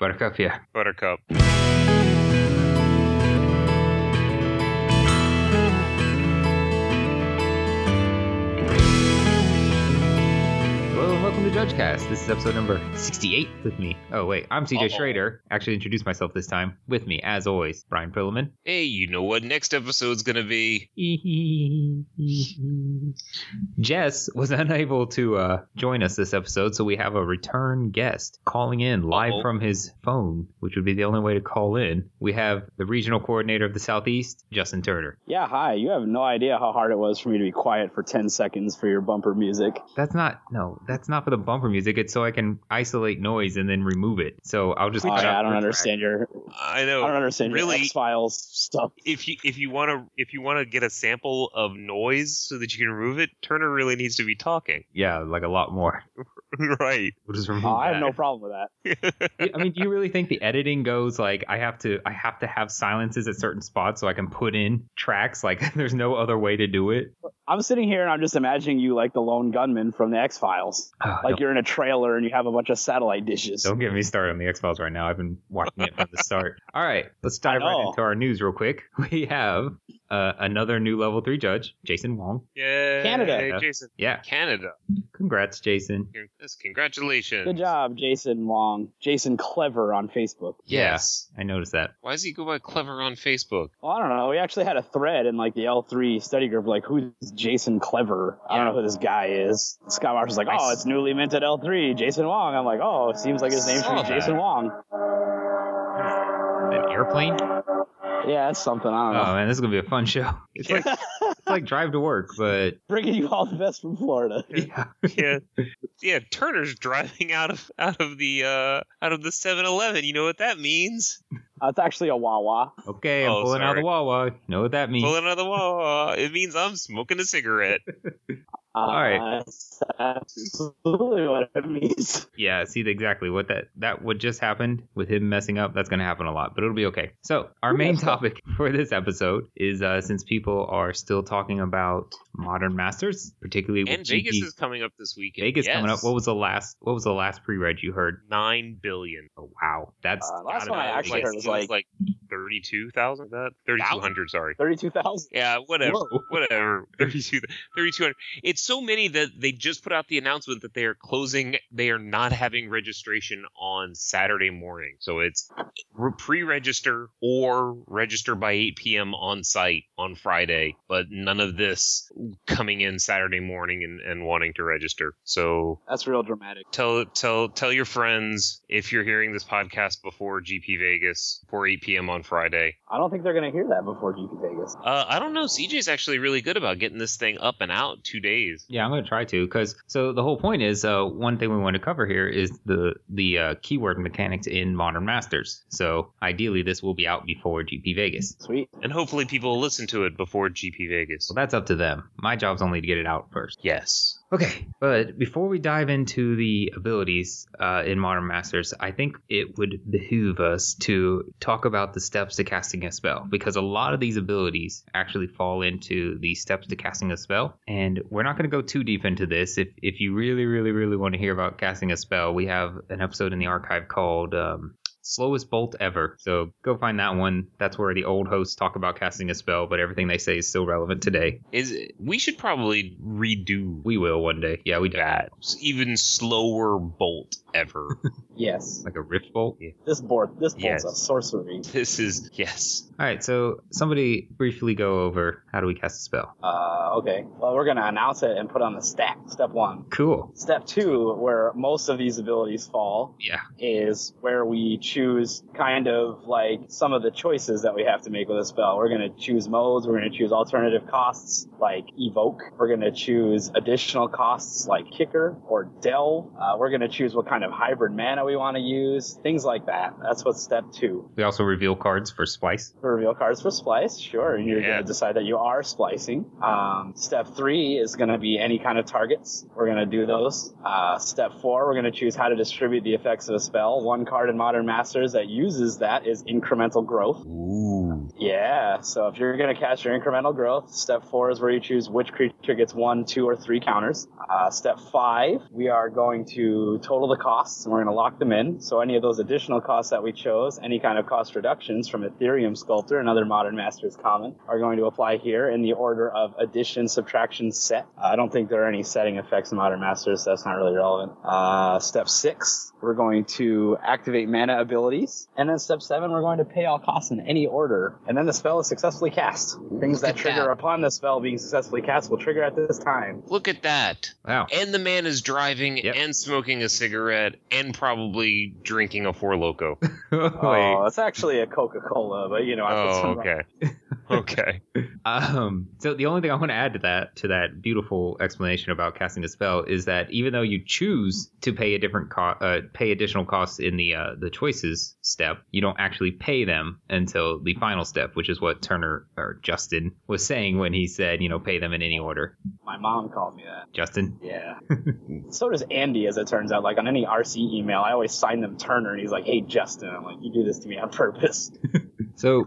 Buttercup, yeah. Buttercup. Hello and welcome to JudgeCast. This is episode number 68 with me. Oh, wait, I'm CJ Uh-oh. Schrader. Actually, introduced myself this time. With me, as always, Brian Pilleman. Hey, you know what next episode's gonna be? Jess was unable to uh, join us this episode, so we have a return guest calling in live Uh-oh. from his phone, which would be the only way to call in. We have the regional coordinator of the Southeast, Justin Turner. Yeah, hi. You have no idea how hard it was for me to be quiet for 10 seconds for your bumper music. That's not no. That's not for the bumper music. It's so I can isolate noise and then remove it. So I'll just. Oh, cut out yeah, I don't your understand your I I know. don't understand your really? X Files stuff. If you if you want to if you want to get a sample of noise so that you can remove it, Turner really needs to be talking. track. Yeah, like a lot more. right. We'll just remove. Oh, I have no that. problem with that. I mean, do you really think the editing goes like I have to? I have to have silences at certain spots so I can put in tracks. Like there's no other way to do it. I'm sitting here and I'm just imagining you like the lone gunman from the X Files. Oh, Like don't, you're in a trailer and you have a bunch of satellite dishes. don't get me started on the X Files right now. I've been watching it from the start. All right, let's dive right know. into our news real quick. We have uh, another new level three judge, Jason Wong. Yeah. Canada. Jason. Yeah, Canada. congrats, Jason. Yes, Congratulations. Good job, Jason Wong. Jason Clever on Facebook. Yeah. Yes. I noticed that. Why does he go by clever on Facebook? Well, I don't know. We actually had a thread in like the L3 study group, like who's Jason Clever? I don't know who this guy is. Scott Marshall's like, I oh, s- it's newly minted L3, Jason Wong. I'm like, oh, it seems like his name should saw be that. Jason Wong. An airplane? Uh-huh. Yeah, that's something. I Oh don't know. man, this is gonna be a fun show. It's like it's like drive to work, but Bringing you all the best from Florida. Uh, yeah, yeah, yeah. Turner's driving out of out of the uh out of the 7-Eleven. You know what that means? Uh, it's actually a Wawa. okay, I'm Oh, pulling out sorry. the Wawa. You know what that means? Pulling out of the wall. It means I'm smoking a cigarette. Uh, All right. That's absolutely what it means. Yeah, see exactly what that that would just happened with him messing up. That's gonna happen a lot, but it'll be okay. So our main Yes. topic for this episode is uh, since people are still talking about modern masters, particularly with And Vegas Gigi- is coming up this weekend. Vegas Yes. coming up. What was the last? What was the last pre-read you heard? Nine billion. Oh wow, that's Uh, last gotta one I be- actually like, heard was it like- like thirty-two thousand. That thirty-two hundred. Sorry. 32,000. Yeah, whatever. Whoa. Whatever. 32 3200. It's so many that they just put out the announcement that they are closing, they are not having registration on Saturday morning. So it's re- pre-register or register by 8 p.m. on site on Friday, but none of this coming in Saturday morning and, and wanting to register. So That's real dramatic. tell tell tell your friends if you're hearing this podcast before GP Vegas, before 8 p.m. on Friday. I don't think they're going to hear that before GP Vegas. Uh, I don't know. CJ's actually really good about getting this thing up and out in two days. Yeah, I'm going to try to because so the whole point is uh, one thing we want to cover here is the the uh, keyword mechanics in Modern Masters. So ideally, this will be out before GP Vegas. Sweet. And hopefully people will listen to it before GP Vegas. So that's up to them. My job's only to get it out first. Yes. Okay, but before we dive into the abilities uh, in Modern Masters, I think it would behoove us to talk about the steps to casting a spell because a lot of these abilities actually fall into the steps to casting a spell, and we're not going to go too deep into this. If if you really, really, really want to hear about casting a spell, we have an episode in the archive called. Um, Slowest bolt ever. So go find that one. That's where the old hosts talk about casting a spell, but everything they say is still relevant today. Is it, we should probably redo We will one day. Yeah, we do. that even slower bolt ever. Yes. like a rift bolt. This board, this bolt's Yes. a sorcery. this is yes. All right, so somebody briefly go over how do we cast a spell? Uh, okay. Well, we're going to announce it and put on the stack. Step one. Cool. Step two, where most of these abilities fall, Yeah. is where we choose kind of like some of the choices that we have to make with a spell. We're going to choose modes. We're going to choose alternative costs like evoke. We're going to choose additional costs like kicker or delve. Uh, we're going to choose what kind of hybrid mana we want to use, things like that. That's what step two. We also reveal cards for splice. The reveal cards for splice, sure. And you're Yeah. going to decide that you are splicing. Um, step three is going to be any kind of targets. We're going to do those. Uh, step four, we're going to choose how to distribute the effects of a spell. One card in Modern Masters that uses that is incremental growth. Ooh. Yeah, so if you're going to cast your incremental growth, step four is where you choose which creature character gets one, two, or three counters. Uh, step five, we are going to total the costs and we're going to lock them in. So any of those additional costs that we chose, any kind of cost reductions from Ethereum Sculptor and other Modern Masters Common, are going to apply here in the order of addition, subtraction, set. Uh, I don't think there are any setting effects in Modern Masters, so that's not really relevant. Uh, step six, we're going to activate mana abilities. And then step seven, we're going to pay all costs in any order. And then the spell is successfully cast. Things that at trigger that. upon the spell being successfully cast will trigger at this time. Look at that. Wow. And the man is driving Yep. and smoking a cigarette and probably drinking a Four Loco. Oh, it's actually a Coca Cola, but you know, I put oh, some okay. okay. Um, so the only thing I want to add to that to that beautiful explanation about casting a spell is that even though you choose to pay a different co- uh, pay additional costs in the uh, the choices step, you don't actually pay them until the final step, which is what Turner or Justin was saying when he said, you know, pay them in any order. My mom called me that. Justin, Yeah. so does Andy, as it turns out. Like on any RC email, I always sign them Turner, and he's like, "Hey, Justin." I'm like, "You do this to me on purpose." So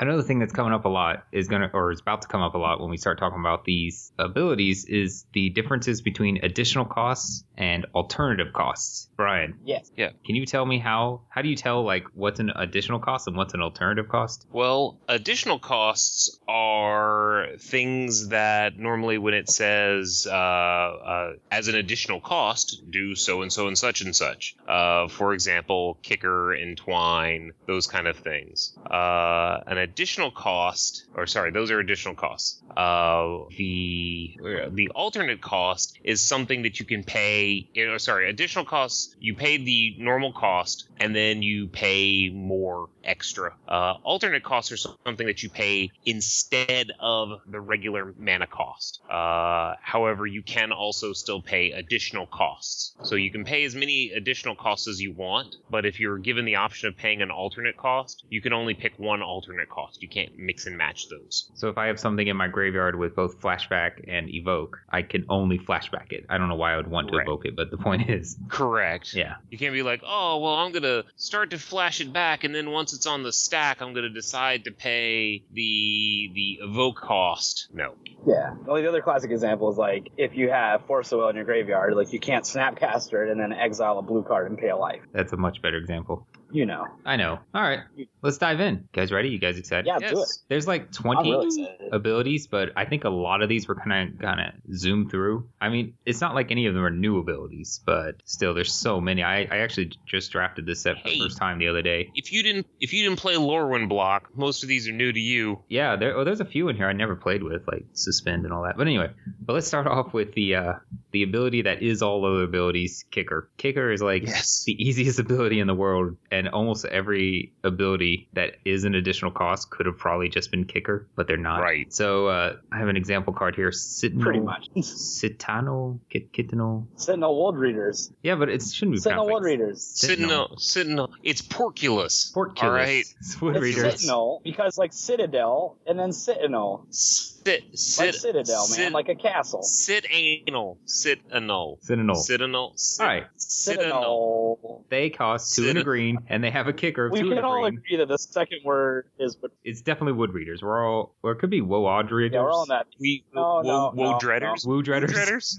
another thing that's coming up a lot is gonna or is about to come up a lot when we start talking about these abilities is the differences between additional costs and alternative costs. Brian, Yes. can you tell me how how do you tell like what's an additional cost and what's an alternative cost? Well, additional costs are things that normally when it says uh, uh, as an additional cost, do so and so and such and such. Uh, for example, kicker and twine, those kind of things. Uh, an additional cost, or sorry, those are additional costs. Uh, the Oh, the alternate cost is something that you can pay. Or sorry, additional costs. You pay the normal cost, and then you pay more extra. Uh, alternate costs are something that you pay instead of the regular mana cost. Uh, however, you can also still pay additional costs. So you can pay as many additional costs as you want, but if you're given the option of paying an alternate cost, you can only pick one alternate cost. You can't mix and match those. So if I have something in my graveyard with both flashback and evoke, I can only flashback it. I don't know why I would want to Right. evoke it, but the point is, Correct. yeah. You can't be like, oh, well, I'm going to start to flash it back, and then once it's on the stack, I'm going to decide to pay the the evoke cost. No. Yeah. Well, the other classic example is like if you have Force of Will in your graveyard, like you can't snapcaster it and then exile a blue card and pay a life. That's a much better example. You know. I know. All right. Let's dive in. You guys ready? You guys excited? Yeah, do it. Yes. There's like 20 I'm really excited. abilities, but I think a lot of these we're kind of gonna zoom through. I mean, it's not like any of them are new abilities, but still, there's so many. I, I actually just drafted this set for Hey. the first time the other day. If you didn't if you didn't play Lorwyn Block, most of these are new to you. Yeah, there, oh, there's a few in here I never played with, like suspend and all that. But anyway, but let's start off with the uh, the ability that is all other abilities, kicker. Kicker is like Yes. the easiest ability in the world, and almost every ability that is an additional cost could have probably just been kicker, but they're not. Right. So uh, I have an example card here. Sentinel, Pretty much. Sitano, Kit- Kitano. Sentinel World Readers. Yeah, but it shouldn't be Sentinel World pronounced like Readers. Sentinel. Sentinel. It's Porculus. Porculus. All right. It's Wood It's Readers. Sentinel because like Citadel and then Sentinel. Sit. Sit. Like Citadel, man, sit- like a castle. sit anal. Sit anal. Sentinel. Sit anal. Sit, All right. Citadel. Citadel. They cost two and a Sentinel. green, and they have a kicker of We two and can a all green. agree that the second word is what It's definitely Wood Readers. We're all, or it could be Woad Readers. yeah, we're all in that. We No, wo, no, wo no, dreaders. Woo Dreaders.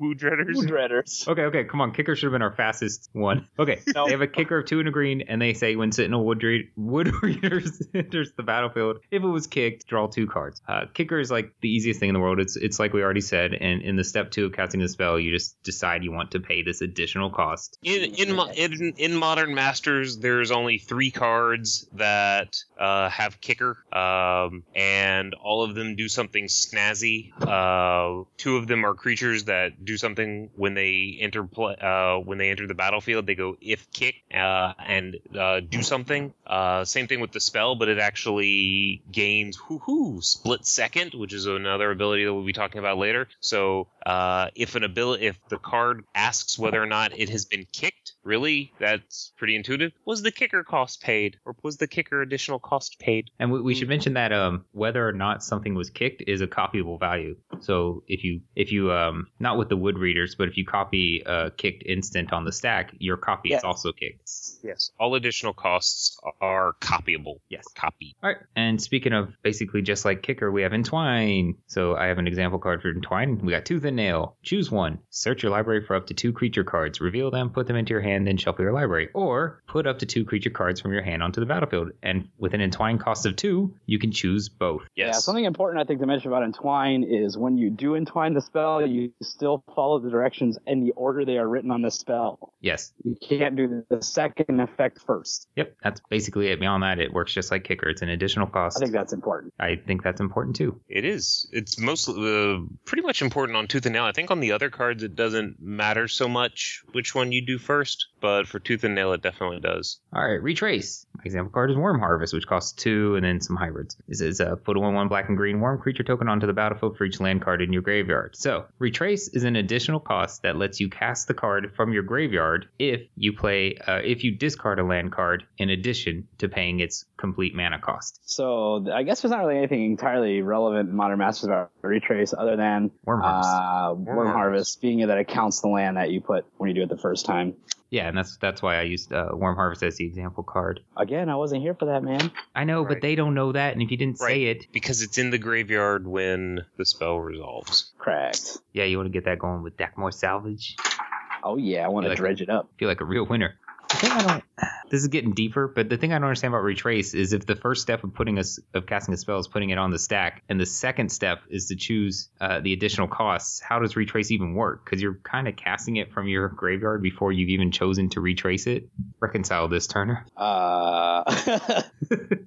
Woo dreaders. Food Redders. Okay, okay, come on. Kicker should have been our fastest one. Okay, No. they have a kicker of two and a green, and they say when Sentinel Wood, Re- wood Readers enters the battlefield, if it was kicked, draw two cards. Uh, kicker is like the easiest thing in the world. It's it's like we already said, and in the step two of casting the spell, you just decide you want to pay this additional cost. in in, mo- in in modern masters there's only three cards that uh, have kicker um, and all of them do something snazzy uh, two of them are creatures that do something when they enter play, uh, when they enter the battlefield they go if kick uh, and uh, do something uh, same thing with the spell but it actually gains whoo split second which is another ability that we'll be talking about later so uh, if an ability if the card asks whether or not it has been kicked Really? That's pretty intuitive. Was the kicker cost paid? Or was the kicker additional cost paid? And we, we should mention that um, whether or not something was kicked is a copyable value. So if you if you um, not with the wood readers, but if you copy uh, kicked instant on the stack, your copy Yes. is also kicked. Yes. All additional costs are copyable. Yes. Copy. All right. And speaking of basically just like kicker, we have entwine. So I have an example card for entwine. We got tooth and nail. Choose one. Search your library for up to two creature cards. Reveal them, put them into your hand, then shuffle your library. Or put up to two creature cards from your hand onto the battlefield. And with an entwine cost of two, you can choose both. Yeah, something important I think to mention about entwine is when you do entwine the spell, you still follow the directions and the order they are written on the spell. Yes. You can't do the second effect first. Yep. That's basically it. Beyond that, it works just like kicker. It's an additional cost. I think that's important. I think that's important too. It is. It's mostly uh, pretty much important on Tooth and Nail. I think on the other cards it doesn't matter so much which one you do first, but for Tooth and Nail it definitely does. All right, retrace. My example card is Worm Harvest, which costs two and then some hybrids. This is uh, put a 1 1 black and green worm creature token onto the battlefield for each land card in your graveyard. So, retrace is an additional cost that lets you cast the card from your graveyard if you play, uh, if you discard a land card in addition to paying its complete mana cost. So th- I guess there's not really anything entirely relevant in Modern Masters about retrace other than Worm Harvest. uh, Worm Harvest. Harvest, being that it counts the land that you put when you do it the first time. yeah, and that's that's why I used uh, Worm Harvest as the example card. Again, I wasn't here for that, man. I know, Right. but they don't know that, and if you didn't say it, Because it's in the graveyard when the spell resolves. Correct. yeah, you want to get that going with Dakmore Salvage. Oh yeah, I want You to like- dredge it up. feel like a real winner. The thing I don't. This is getting deeper, but the thing I don't understand about retrace is if the first step of putting us of casting a spell is putting it on the stack, and the second step is to choose uh, the additional costs. How does retrace even work? Because you're kind of casting it from your graveyard before you've even chosen to retrace it. Reconcile this, Turner. Uh,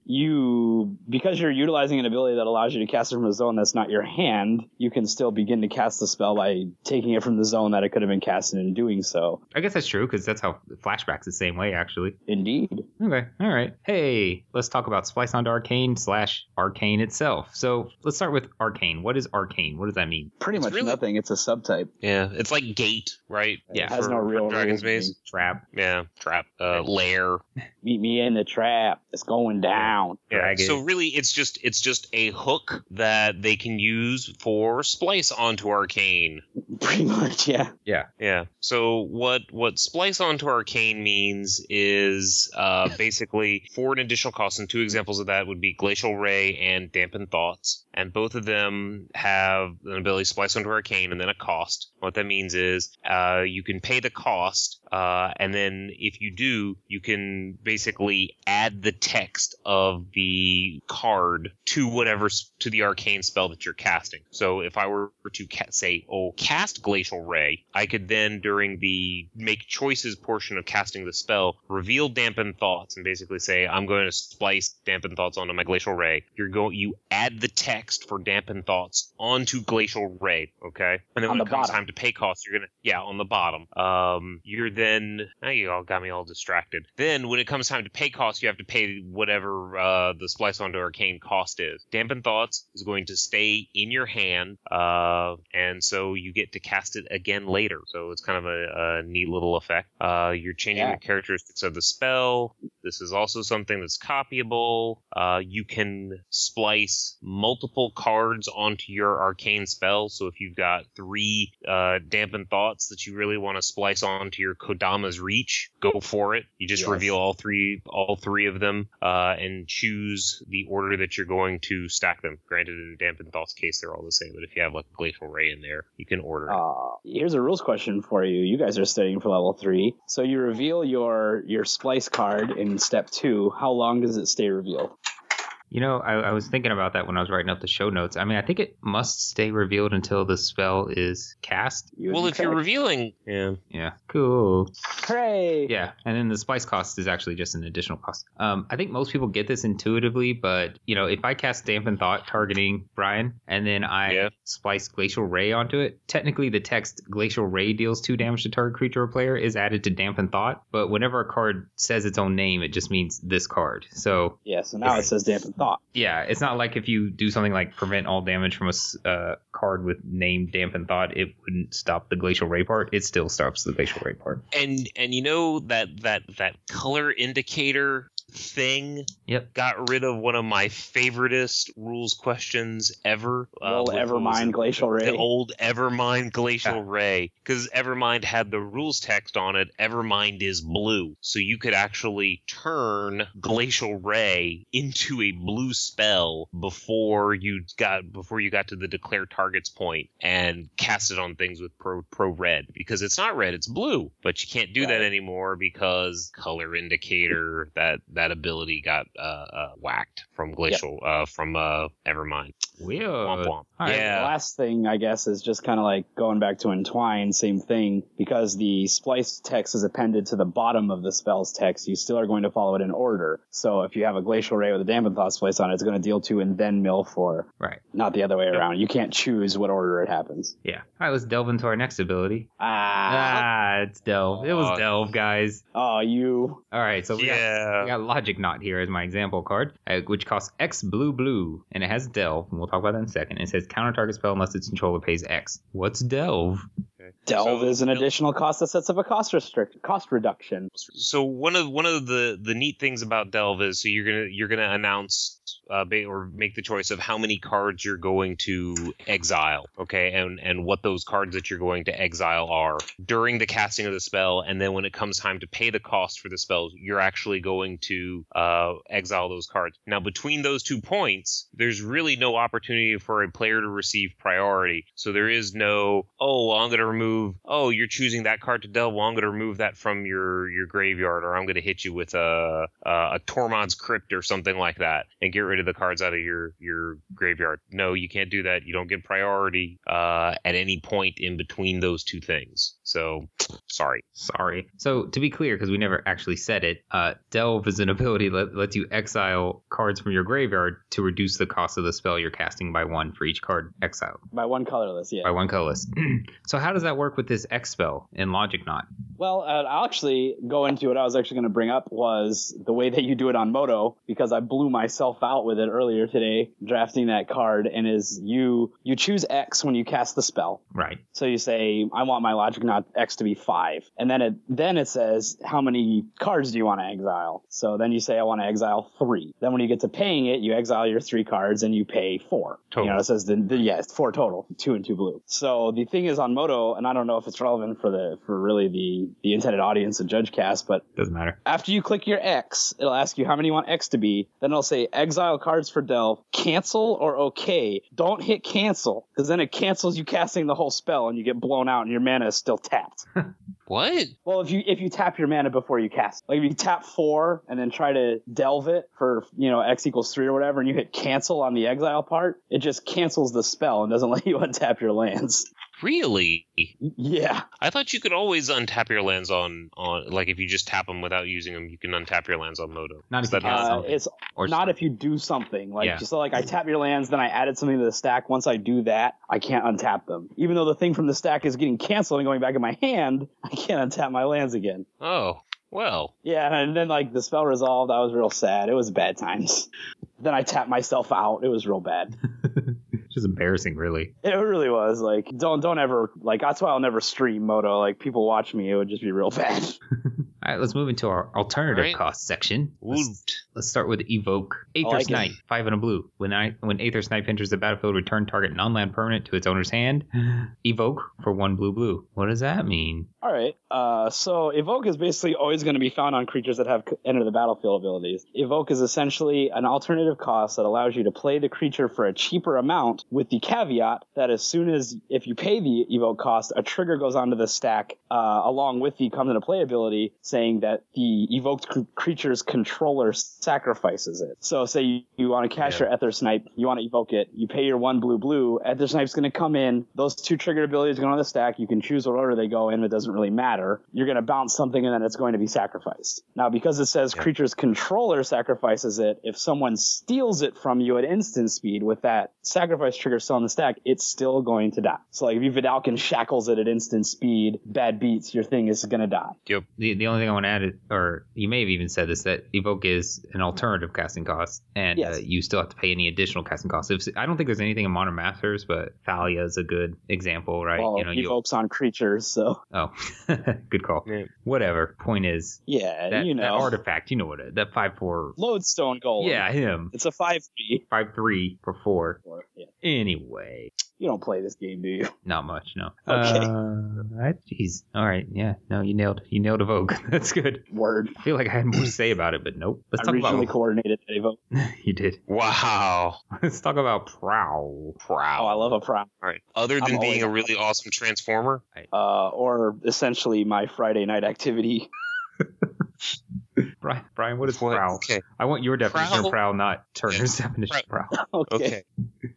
you because you're utilizing an ability that allows you to cast it from a zone that's not your hand, you can still begin to cast the spell by taking it from the zone that it could have been casted in doing so. I guess that's true because that's how flashbacks the same way actually. Indeed. Okay, all right. Hey, let's talk about Splice onto Arcane slash Arcane itself. So let's start with Arcane. What is Arcane? What does that mean? Pretty It's much really- nothing. It's a subtype. Yeah. It's like gate, right? Yeah. It has For- no for real Dragon's rules. Maze. Trap. Yeah. Trap. Uh, lair. Meet me in the trap. It's going down. Yeah. Dragon. So really, it's just it's just a hook that they can use for splice onto arcane. Pretty much, yeah. Yeah. So what what splice onto arcane means is uh, basically for an additional cost, and two examples of that would be glacial ray and dampen thoughts, and both of them have an ability to splice onto arcane and then a cost. What that means is uh, you can pay the cost, uh, and then if you do, you can basically add the text of the card to whatever s- to the arcane spell that you're casting. So if I were to ca- say, "Oh, cast glacial ray," I could then during the make choices portion of casting the spell reveal dampen thoughts and basically say, "I'm going to splice dampen thoughts onto my glacial ray." You're going you add the text for dampen thoughts onto glacial ray, okay? And then when On the it comes bottom. time to pay costs, you're gonna yeah on the bottom. Um, you're then now you all got me all distracted. Then when it comes time to pay costs, you have to pay whatever uh, the splice onto arcane cost is. Dampen thoughts is going to stay in your hand, uh, and so you get to cast it again later. So it's kind of a, a neat little effect. Uh, you're changing Yeah. the characteristics of the spell. This is also something that's copyable. Uh, you can splice multiple cards onto your arcane spell. So if you've got three uh, dampened thoughts that you really want to splice onto your Kodama's Reach, go for it. You just Yes. reveal all three, all three of them, uh, and choose the order that you're going to stack them. Granted, in dampened thoughts case, they're all the same. But if you have like glacial ray in there, you can order. it. Uh, here's a rules question for you. You guys are studying for level three. So you reveal your your splice card in step two. How long does it stay revealed? You know, I, I was thinking about that when I was writing up the show notes. I mean, I think it must stay revealed until the spell is cast. You would Well, be if you're correct. revealing, yeah, Yeah. Cool. hooray! Yeah. And then the spice cost is actually just an additional cost. Um, I think most people get this intuitively, but, you know, if I cast Dampen Thought targeting Brian and then I Yeah. splice Glacial Ray onto it, technically the text Glacial Ray deals two damage to target creature or player is added to Dampen Thought. But whenever a card says its own name, it just means this card. So Yeah, so now it Right. says dampen thought. Yeah, it's not like if you do something like prevent all damage from a s- uh, card with name dampen thought, it wouldn't stop the glacial ray part. It still stops the glacial ray part. and and you know that that that color indicator thing Yep. got rid of one of my favoritest rules questions ever. Roll which Uh, was Evermind Glacial Ray. The old Evermind Glacial Yeah. Ray, because Evermind had the rules text on it. Evermind is blue, so you could actually turn Glacial Ray into a blue spell before you got before you got to the declare targets point and cast it on things with pro pro red because it's not red, it's blue. But you can't do that Right. anymore because color indicator that that ability got uh, uh, whacked from Glacial uh, from uh, Evermind. Weird. Womp womp. right. yeah. The last thing, I guess, is just kind of like going back to Entwine, same thing. Because the splice text is appended to the bottom of the spell's text, you still are going to follow it in order. So if you have a Glacial Ray with a Dampened Thought splice on it, it's going to deal two and then mill four, Right. not the other way around. You can't choose what order it happens. Yeah. All right, let's delve into our next ability. Ah. Ah, it's delve. It was Aw. delve, guys. Oh, you. All right, so we got yeah. I got Logic Knot here as my example card, uh, which costs X blue blue, and it has Delve, and we'll talk about that in a second. It says counter target spell unless its controller pays X. What's Delve? Delve So- is an additional cost that sets up a cost restrict cost reduction. So one of one of the the neat things about Delve is so you're gonna you're gonna announce uh, ba- or make the choice of how many cards you're going to exile, okay, and and what those cards that you're going to exile are during the casting of the spell, and then when it comes time to pay the cost for the spell, you're actually going to uh, exile those cards. Now between those two points, there's really no opportunity for a player to receive priority. So there is no, oh, well, I'm going to remove, oh, you're choosing that card to delve. Well, I'm going to remove that from your your graveyard, or I'm going to hit you with a a, a Tormod's Crypt or something like that, and get rid of the cards out of your your graveyard. No, you can't do that. You don't get priority uh, at any point in between those two things. So sorry. Sorry. So to be clear, because we never actually said it, uh, Delve is an ability that lets you exile cards from your graveyard to reduce the cost of the spell you're casting by one for each card exiled By one colorless, yeah. by one colorless. so how does that work with this X spell in Logic Knot? Well, uh, I'll actually go into what I was actually going to bring up was the way that you do it on Moto because I blew myself out with it earlier today drafting that card and is you you choose X when you cast the spell. Right. So you say I want my logic knot X to be 5 and then it then it says how many cards do you want to exile? So then you say I want to exile 3. Then when you get to paying it, you exile your 3 cards and you pay 4. Total. You know, it says the, the yeah, it's four total, two and two blue. So the thing is on Moto, and I don't know if it's relevant for the for really the the intended audience of Judge Cast, but Doesn't matter. after you click your X, it'll ask you how many you want X to be. Then it'll say exile cards for Delve, cancel or okay. Don't hit cancel, because then it cancels you casting the whole spell and you get blown out and your mana is still tapped. What? Well, if you if you tap your mana before you cast, like if you tap four and then try to delve it for you know x equals three or whatever, and you hit cancel on the exile part, it just cancels the spell and doesn't let you untap your lands. Really? Yeah, I thought you could always untap your lands on on like if you just tap them without using them, you can untap your lands on Moto. Not if you That does cast uh, something. it's Or not if you do something like Yeah. so. Like I tap your lands, then I added something to the stack. Once I do that, I can't untap them, even though the thing from the stack is getting canceled and going back in my hand. I can't untap my lands again. Oh, well. Yeah, and then like the spell resolved, I was real sad. It was bad times. Then I tapped myself out. It was real bad. Which is embarrassing, really. It really was. Like don't don't ever like that's why I'll never stream Moto. Like people watch me, it would just be real bad. All right, let's move into our alternative Right. cost section. Let's Woot. Let's start with Evoke. Aether like Oh, it. Snipe, five and a blue. When I when Aether Snipe enters the battlefield, return target non-land permanent to its owner's hand. Evoke for one blue blue. What does that mean? All right. Uh, so evoke is basically always going to be found on creatures that have c- enter the battlefield abilities. Evoke is essentially an alternative cost that allows you to play the creature for a cheaper amount, with the caveat that as soon as if you pay the evoke cost, a trigger goes onto the stack uh, along with the comes into play ability, saying that the evoked cr- creature's controller sacrifices it. So say you, you want to cast Yeah. your Ether Snipe, you want to evoke it, you pay your one blue blue, Ether Snipe's going to come in, those two triggered abilities go on the stack, you can choose what order they go in, it doesn't really matter. You're going to bounce something and then it's going to be sacrificed. Now, because it says Yeah. creature's controller sacrifices it, if someone steals it from you at instant speed with that sacrifice trigger still on the stack, it's still going to die. So like if you Vidalkin shackles it at instant speed, bad beats, your thing is going to die. The the only thing I want to add, is, or you may have even said this, that evoke is an alternative casting cost, and uh, Yes. you still have to pay any additional casting costs. If, I don't think there's anything in Modern Masters, but Thalia is a good example, right? well, you know, you evokes on creatures, so oh, good call. Yeah. Whatever. Point is yeah, that, you know, that artifact, you know what? It, that five four. lodestone gold. Yeah, him it's a five B. five three for four. Yeah. Anyway, You don't play this game, do you? Not much, no. Okay. Uh, I- Jeez. All right. Yeah. No, you nailed. You nailed Evoke. That's good. Word. I feel like I had more to say about it, but nope. Let's I talk regionally about. coordinated evoke. you did. Wow. Let's talk about Prowl. Oh, Proud. I love a prop. All right. Other I'm than being always- a really awesome transformer, Uh, or essentially my Friday night activity. Brian, Brian, what is What- Prowl? Okay. I want your definition Prowl? of Prowl, not Turner's definition of Prowl. okay. Okay.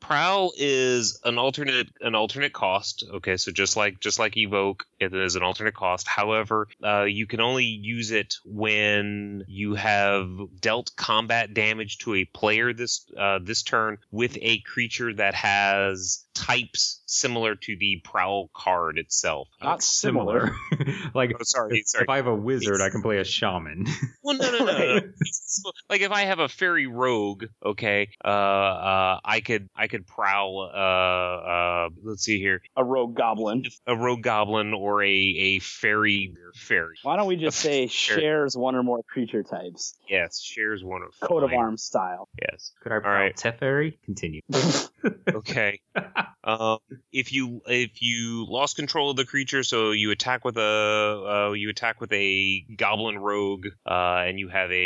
Prowl is an alternate an alternate cost. Okay, so just like just like evoke, it is an alternate cost. However, uh, you can only use it when you have dealt combat damage to a player this uh, this turn with a creature that has types similar to the prowl card itself. Not similar. like, Oh, sorry, if, sorry. Uh, if I have a wizard, It's- I can play a shaman. Well, no, no, no, no, Right. no. So, Like if I have a fairy rogue, okay, uh, uh, I could I could prowl. Uh, uh, let's see here, A rogue goblin. a rogue goblin or a a fairy fairy. Why don't we just say Sure. shares one or more creature types? Yes, shares one of Coat of mine. arms style. Yes. Could I prowl right. Teferi? Continue. Okay. um, if you if you lost control of the creature, so you attack with a uh, you attack with a goblin rogue, uh, and you have a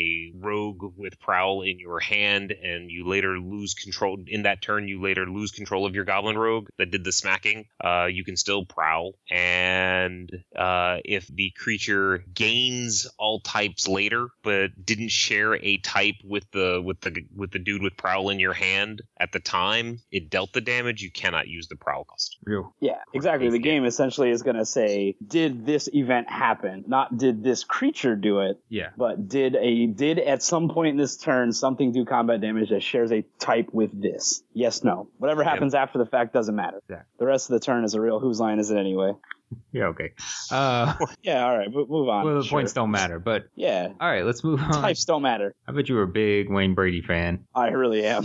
a rogue with prowl in your hand, and you later lose control in that turn. You later lose control of your goblin rogue that did the smacking. Uh, you can still prowl, and uh, if the creature gains all types later, but didn't share a type with the with the with the dude with prowl in your hand at the time it dealt the damage, you cannot use the prowl cost. Real. Yeah, exactly. The Yeah. game essentially is going to say, did this event happen? Not did this creature do it, Yeah. but did a did at some point in this turn something do combat damage that shares a type with this? Yes, no. Whatever happens after the fact doesn't matter. Yeah. The rest of the turn is a real whose line is it anyway? Yeah. Okay. Uh, Yeah, all right, mo- move on. well, the Sure. points don't matter, but Yeah, all right. Let's move on. types don't matter. I bet you were a big Wayne Brady fan. I really am.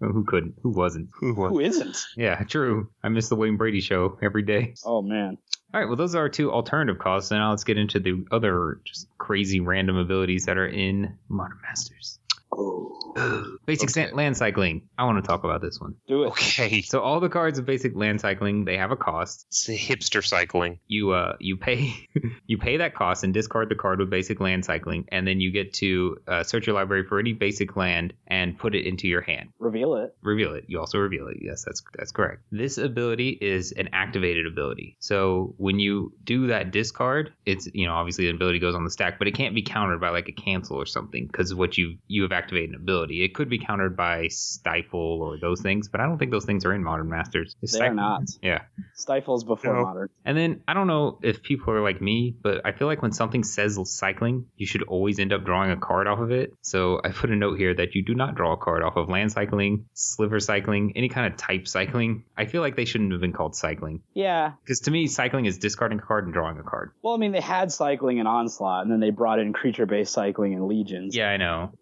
Who couldn't? Who wasn't? Who isn't? Yeah, true. I miss the Wayne Brady show every day. Oh man. All right, well, those are our two alternative costs, and now let's get into the other just crazy random abilities that are in Modern Masters. Oh. Basic Okay. sa- land cycling. I want to talk about this one. Do it. Okay, So all the cards of basic land cycling, they have a cost. it's a hipster cycling. You uh you pay you pay that cost and discard the card with basic land cycling, and then you get to uh, search your library for any basic land and put it into your hand. Reveal it. reveal it. You also reveal it. Yes, that's that's correct. This ability is an activated ability. So when you do that discard, it's you know obviously the ability goes on the stack, but it can't be countered by like a cancel or something because what you you have activated an ability. It could be countered by stifle or those things, but I don't think those things are in modern masters. Is They're Stifle- not. Yeah. Stifles before No. modern. And then I don't know if people are like me, but I feel like when something says cycling, you should always end up drawing a card off of it. So I put a note here that you do not draw a card off of land cycling, sliver cycling, any kind of type cycling. I feel like they shouldn't have been called cycling Yeah. because to me, cycling is discarding a card and drawing a card. Well, I mean, they had cycling and onslaught, and then they brought in creature-based cycling and legions. Yeah, I know.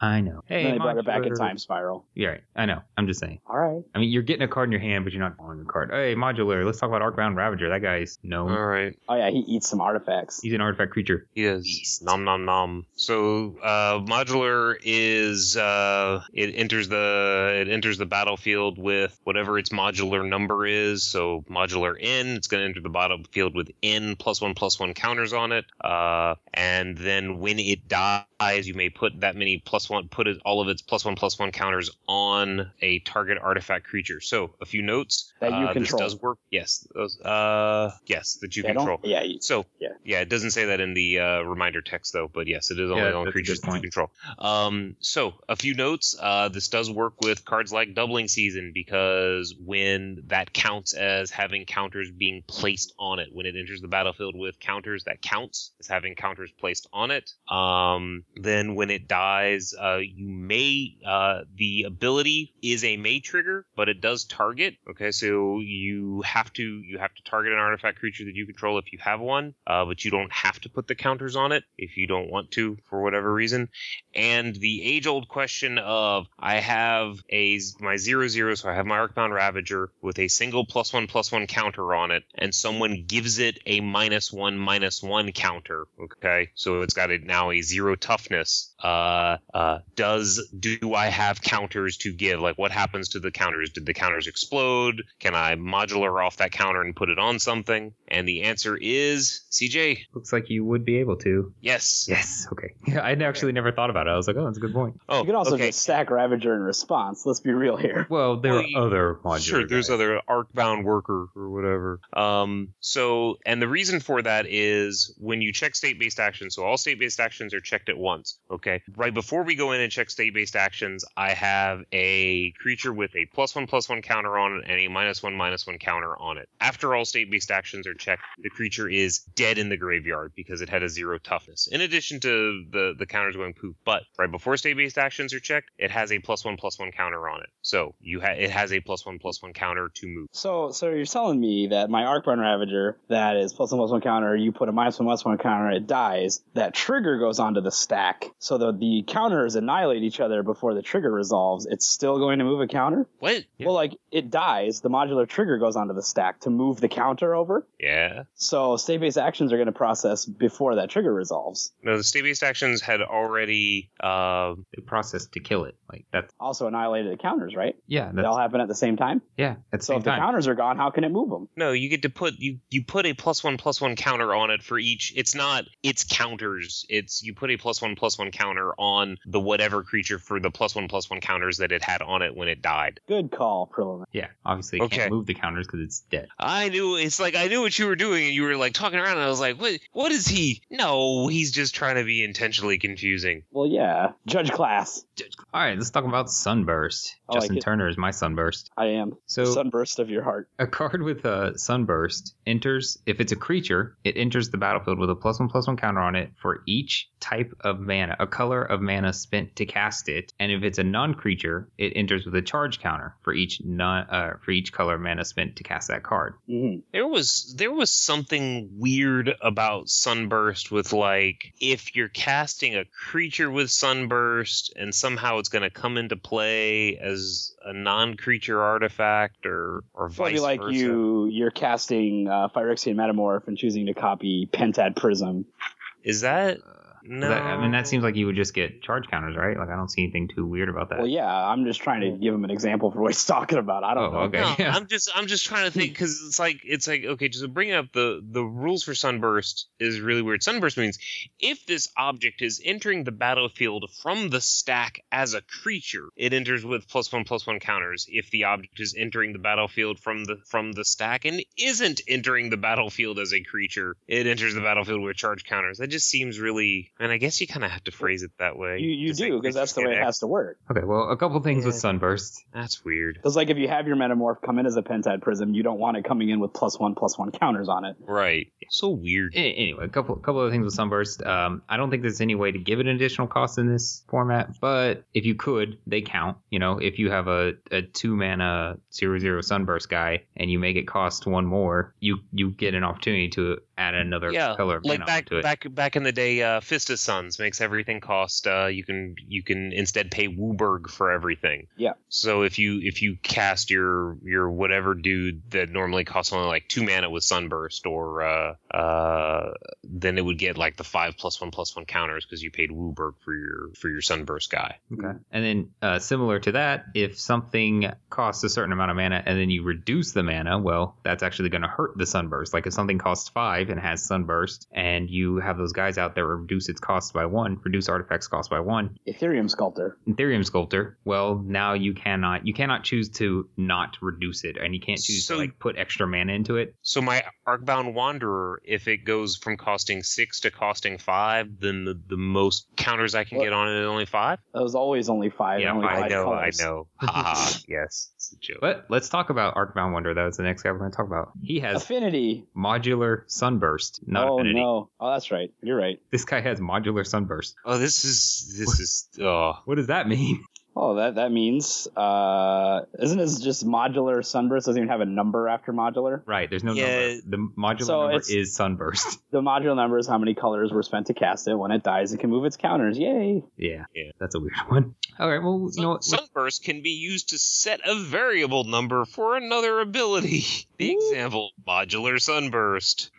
I know. And Hey, then they brought it back in modular. time spiral. Yeah, right. I know. I'm just saying. All right. I mean, you're getting a card in your hand, but you're not drawing a card. Hey, modular. Let's talk about Arcbound Ravager. That guy's known. All right, Oh yeah, he eats some artifacts. He's an artifact creature. he is Beast. nom nom nom. So uh, modular is uh, it enters the it enters the battlefield with whatever its modular number is. So modular n, it's going to enter the battlefield with n plus one plus one counters on it. Uh, and then when it dies, you may put that many plus one put it, all of its plus one plus one counters on a target artifact creature. So a few notes That you Uh, control. This does work. Yes. Those, uh, yes, that you Yeah, control. don't- yeah, you- So Yeah. yeah. it doesn't say that in the uh, reminder text though, but yes, it is only Yeah, that's a on good creatures that you point. control. Um, so a few notes. Uh, this does work with cards like Doubling Season because when that counts as having counters being placed on it, when it enters the battlefield with counters, that counts as having counters placed on it. Um, then when it dies, is uh, you may uh, the ability is a may trigger, but it does target. Okay, so you have to you have to target an artifact creature that you control if you have one, uh, but you don't have to put the counters on it if you don't want to for whatever reason. And the age old question of I have a my zero zero, so I have my Arcbound Ravager with a single plus one plus one counter on it, and someone gives it a minus one minus one counter. Okay, so it's got it now a zero toughness. Uh, uh, does do I have counters to give? Like what happens to the counters? Did the counters explode? Can I modular off that counter and put it on something? And the answer is CJ. Looks like you would be able to. Yes. Yes. Okay. Yeah, I actually never thought about it. I was like, oh, that's a good point. Oh, you can also okay. just stack Ravager in response. Let's be real here. Well, there Well, you- are other modular. Sure, there's guys. other arcbound worker or whatever. Um, so, and the reason for that is when you check state-based actions. So all state-based actions are checked at once. Okay, right before we go in and check state-based actions, I have a creature with a plus one plus one counter on it and a minus one minus one counter on it. After all state-based actions are checked, the creature is dead in the graveyard because it had a zero toughness. In addition to the the counters going poof, but right before state-based actions are checked, it has a plus one plus one counter on it. So you ha- it has a plus one plus one counter to move. So, so you're telling me that my Arcbound Ravager, that is plus one plus one counter, you put a minus one minus one counter, it dies. That trigger goes onto the stack, so that the counters annihilate each other before the trigger resolves. It's still going to move a counter. What? Yeah. Well, like it dies, the modular trigger goes onto the stack to move the counter over. yeah. So state-based actions are going to process before that trigger resolves. No, the state-based actions had already. Uh, They process to kill it. Like that's Also annihilated the counters, right? yeah. they all That's happen at the same time. yeah. At the So same if the time. counters are gone, how can it move them? no, you get to put you you put a plus one plus one counter on it for each. It's not it's counters. It's you put a plus one plus one counter on the whatever creature for the plus one plus one counters that it had on it when it died. Good call, Preliminary. yeah. Obviously, it Okay. can't move the counters because it's dead. I knew it's like I knew what you were doing, and you were like talking around, and I was like, "What? What is he? No, he's just trying to be intentionally confusing." Well, yeah, Judge Class. All right. Let's talk about sunburst. I like Justin it. Turner is my sunburst. I am So sunburst of your heart. A card with a sunburst enters, if it's a creature, it enters the battlefield with a plus one plus one counter on it for each type of mana, a color of mana spent to cast it. And if it's a non-creature, it enters with a charge counter for each non, uh, for each color of mana spent to cast that card. hmm There was there was something weird about sunburst with like if you're casting a creature with sunburst, and somehow it's going to come into play as a non-creature artifact or or It's probably vice like versa. you you're casting uh, Phyrexian Metamorph and choosing to copy Pentad Prism. Is that So no? that- Uh, I mean, that seems like you would just get charge counters, right? Like I don't see anything too weird about that. Well, yeah, I'm just trying to give him an example for what he's talking about. I don't Hmm. Oh, know. okay. No, Yeah. I'm just I'm just trying to think because it's like it's like okay, just bringing up the the rules for sunburst is really weird. Sunburst means if this object is entering the battlefield from the stack as a creature, it enters with plus one plus one counters. If the object is entering the battlefield from the from the stack and isn't entering the battlefield as a creature, it enters the battlefield with charge counters. That just seems really, and I guess you kind of have to phrase it that way. You you to say do because that's the way creatures it get has to work. Okay. Well, a couple things with Yeah. sunburst. X. That's weird, Because like if you have your Metamorph come in as a Pentad Prism, you don't want it coming in with plus one plus one counters on it. right? So weird. A- Anyway, a couple couple of things with Sunburst. Um, I don't think there's any way to give it an additional cost in this format, but if you could, they count. You know, if you have a, a two mana zero zero Sunburst guy and you make it cost one more, you you get an opportunity to add another Yeah, color of like mana back to it. back back in the day, uh, Fist of Suns makes everything cost. Uh, you can you can instead pay Wooburg for everything. Yeah. So if you if you cast your your whatever dude that normally costs only like two mana with Sunburst, or uh, uh, then it would get like the five plus one plus one counters because you paid Wooburg for your for your Sunburst guy. Okay. And then uh, similar to that, if something costs a certain amount of mana and then you reduce the mana, well, that's actually going to hurt the sunburst. Like if something costs five and has sunburst, and you have those guys out there reduce its cost by one, reduce artifacts cost by one, Ethereum Sculptor. Ethereum Sculptor, well, now you cannot you cannot choose to not reduce it, and you can't choose So- to like put extra mana into it. So my Arcbound Wanderer, if it goes from costing six to costing five, then the, the most counters I can What? get on it is only five. That was always only five. Yeah, only I I five know, colors. I know. Ha, ha, ha. yes, it's a joke. But let's talk about Arcbound Wonder. That was the next guy we're going to talk about. He has Affinity. modular sunburst, not oh affinity. no. Oh, that's right. You're right. This guy has modular sunburst. Oh, this is this is oh. What does that mean? Oh, that that means uh, isn't it just modular sunburst? Doesn't even have a number after modular. Right, there's no Yeah. number. The modular So number it's- is sunburst. The modular number is how many colors were spent to cast it. When it dies, it can move its counters. Yay! Yeah, Yeah. that's a weird one. All right, well, you know what? Sunburst can be used to set a variable number for another ability. The example modular sunburst.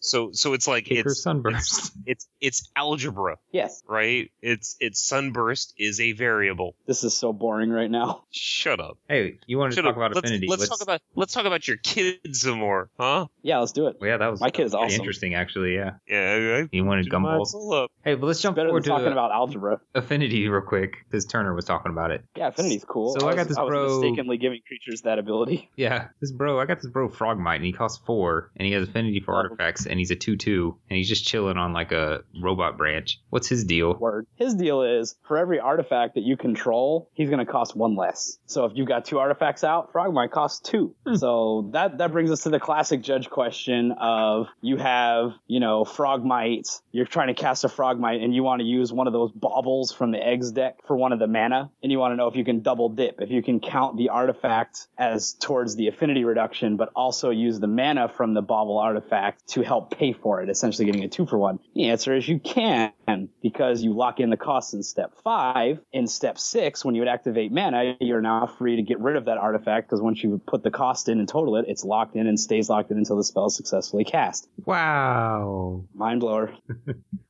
so so it's like Kicker it's, sunburst. it's it's algebra, Yes, right? It's it's sunburst is a variable. this is so boring right now. Shut up. Hey, you wanted to Shut talk up. about let's, affinity? Let's, talk about let's talk about your kids some more, huh? Yeah, let's do it. Well, yeah, that was My kid is pretty awesome. interesting, actually. Yeah, Yeah. I- you wanted I- my gumballs. pull up. Hey, but let's jump Better than forward to talking about algebra. affinity real quick because Turner was talking about it. Yeah, affinity's cool. So I got was- this I was bro- mistakenly giving creatures that ability. Yeah, this bro, I got this bro Frogmite, and he costs four, and he has affinity for Oh. artifacts, and he's a two-two, and he's just chilling on like a robot branch. What's his deal? Word. His deal is for every artifact that you control, he's going to cost one less. So if you've got two artifacts out, Frogmite costs two. So that that brings us to the classic judge question of you have you know Frogmite, you're trying to cast a Frogmite, and you want to use one of those baubles from the eggs deck for one of the mana, and you want to know if you can double dip, if you can count the artifact as towards the affinity reduction, but also use the mana from the bauble artifact to help pay for it, essentially getting a two for one. The answer is you can because you lock in the costs in step five. In step six, when you would activate mana, you're now free to get rid of that artifact because once you put the cost in and total it, it's locked in and stays locked in until the spell is successfully cast. Wow. Mind blower.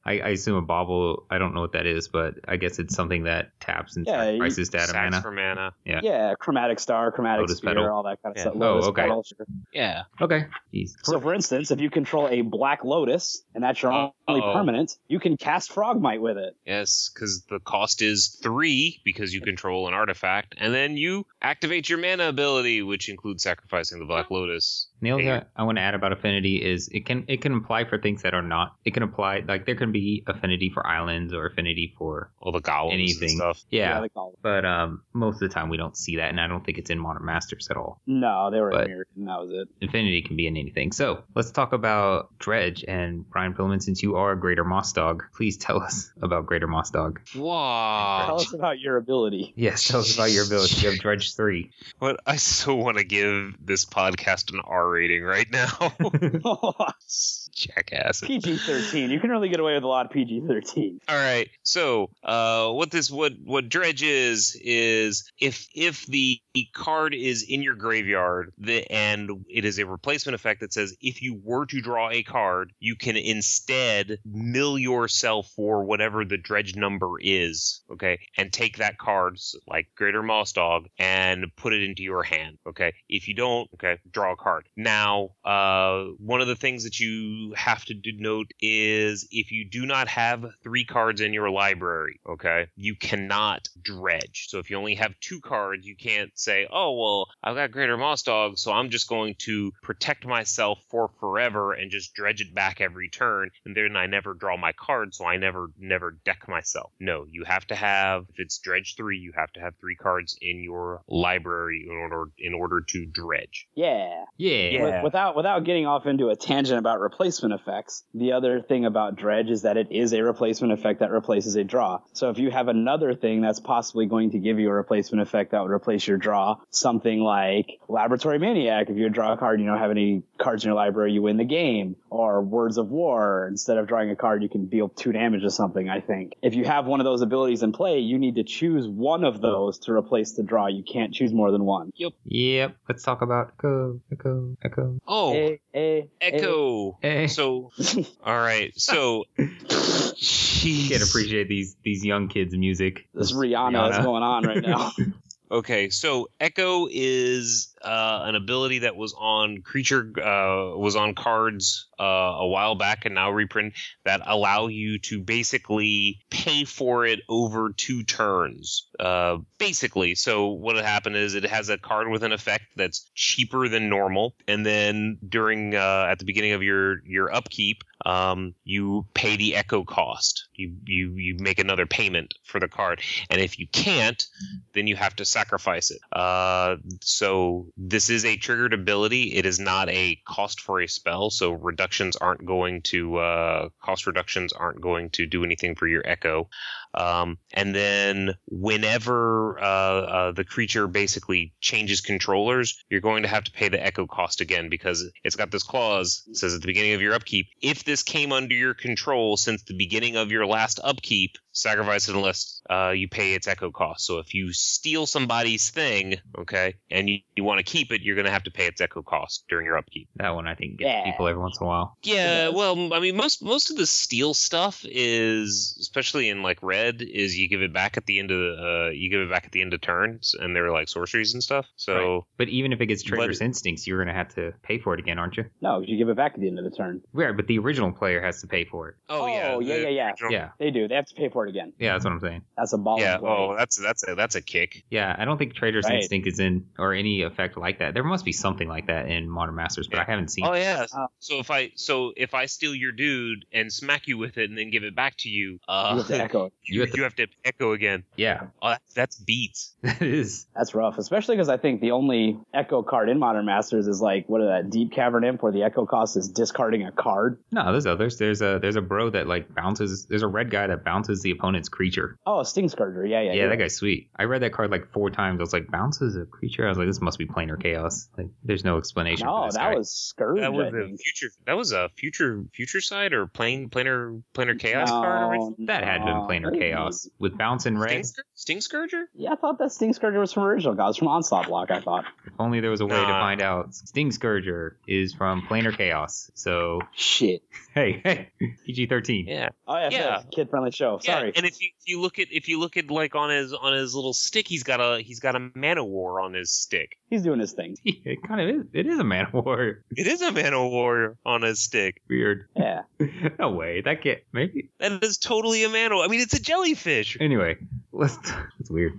I, I assume a bauble. I don't know what that is, but I guess it's something that taps and Yeah, you- sacrifices data Sacks mana. for mana. Yeah. Yeah, chromatic star, chromatic Lotus spear, Petal. all that kind of Yeah. stuff. Oh, Lotus okay. Petal, sure. Yeah. Okay. Jeez. So, for instance, if you control a black lotus, and that's your Uh, only uh-oh. permanent, you can cast Frogmite with it. Yes, because the cost is three because you control an artifact, and then you activate your mana ability, which includes sacrificing the Black Lotus. And the only Yeah. thing I want to add about affinity is it can it can apply for things that are not. It can apply like there can be affinity for islands or affinity for All the golems Anything. and stuff. yeah. they call it. But um, most of the time we don't see that, and I don't think it's in modern masters at all. No, they were But- in mirror, and that was it. Infinity can be in anything. So let's talk about Dredge and Brian Pillman. Since you are a Greater Moss Dog, please tell us about Greater Moss Dog. Tell Oh. Wow. us about your ability. Yes, tell us about your ability. You have Dredge three. But I so want to give this podcast an R rating right now. Jackass. PG 13. You can really get away with a lot of PG 13. All right. So, uh, what this what what dredge is is if if the card is in your graveyard, the and it is a replacement effect that says if you were to draw a card, you can instead mill yourself for whatever the dredge number is. Okay, and take that card s- like Greater Moss Dog and put it into your hand. Okay, if you don't, okay, draw a card. Now, uh, one of the things that you have to do note is if you do not have three cards in your library, okay, you cannot dredge. So if you only have two cards, you can't say, oh, well, I've got Greater Moss Dog, so I'm just going to protect myself for forever and just dredge it back every turn, and then I never draw my card, so I never, never deck myself. No, you have to have, if it's dredge three, you have to have three cards in your library in order, in order to dredge. Yeah. Yeah. Wi- Without without getting off into a tangent about replacement effects, the other thing about dredge is that it is a replacement effect that replaces a draw. So if you have another thing that's possibly going to give you a replacement effect that would replace your draw, something like Laboratory Maniac, if you draw a card, you don't have any cards in your library, you win the game, or Words of War, instead of drawing a card, you can deal two damage or something. I think if you have one of those abilities in play, you need to choose one of those to replace the draw. You can't choose more than one. Yep. Let's talk about Echo, Echo, Echo. Oh, Eh, eh, eh. Echo. Hey. So, all right. So, eh. you jeez. can't appreciate these these young kids' music. This Rihanna, is going on right now. Okay, so Echo is uh, an ability that was on creature uh, was on cards uh, a while back and now reprint that allow you to basically pay for it over two turns. Uh, basically, so what had happened is it has a card with an effect that's cheaper than normal, and then during uh, at the beginning of your your upkeep, um, you pay the echo cost. You, you you make another payment for the card, and if you can't, then you have to sacrifice it. Uh, so this is a triggered ability. It is not a cost for a spell, so reductions aren't going to uh, cost reductions aren't going to do anything for your echo. Um, and then whenever uh, uh, the creature basically changes controllers, you're going to have to pay the echo cost again because it's got this clause that says at the beginning of your upkeep, if this came under your control since the beginning of your last upkeep, sacrifice it unless uh, you pay its echo cost. So if you steal somebody's thing, okay, and you, you want to keep it, you're going to have to pay its echo cost during your upkeep. That one I think gets Yeah. people every once in a while. Yeah, Yes. well, I mean, most most of the steel stuff is, especially in like red, is you give it back at the end of the, uh, you give it back at the end of turns, and they're like sorceries and stuff. So But even if it gets But- trigger's instincts, you're gonna have to pay for it again, aren't you? No, you give it back at the end of the turn. Yeah, but the original player has to pay for it. oh, yeah, Oh, yeah, the yeah, yeah. original- Yeah, They do. They have to pay for it again. yeah, that's what I'm saying. That's a ball. yeah. of Oh, glory. that's that's a, that's a kick. Yeah, I don't think Trader's Right. Instinct is in or any effect like that. There must be something like that in Modern Masters, but I haven't seen. Oh yeah. Oh. So if I so if I steal your dude and smack you with it and then give it back to you, you uh, have to echo. it. you, have to, echo again. Yeah, Oh, that's, that's beats. that is. That's rough, especially because I think the only echo card in Modern Masters is like what is that Deep Cavern Imp, where the echo cost is discarding a card. No, there's others. There's a there's a bro that like bounces. There's a red guy that bounces the opponent's creature. Oh, Sting Scourger. Yeah, yeah. Yeah, you're that right. guy's sweet. I read that card like four times. I was like, bounces a creature. I was like, this must be planar chaos. Like, there's no explanation. for No, this that guy. was Scourge. That I was a think. future. That was a future future side or plain planar planar chaos card. Or No, that had been no, planar maybe. chaos with bouncing red. Sting, Sting Scourger? Yeah, I thought that Sting Scourger was from original God. It was from Onslaught Block, I thought. If only there was a way to Nah. find out. Sting Scourger is from planar chaos. So Shit. hey, hey, PG-13. Yeah. Oh yeah, Yeah. kid friendly show. Sorry. Yeah. And if you, if you look at if you look at like on his on his little stick, he's got a he's got a man of war on his stick. He's doing his thing. It kind of is. It is a man of war. It is a man of war on his stick. Weird. Yeah. no way. That can't. Maybe. That is totally a man. of- I mean, it's a jellyfish. Anyway, let's. That's weird.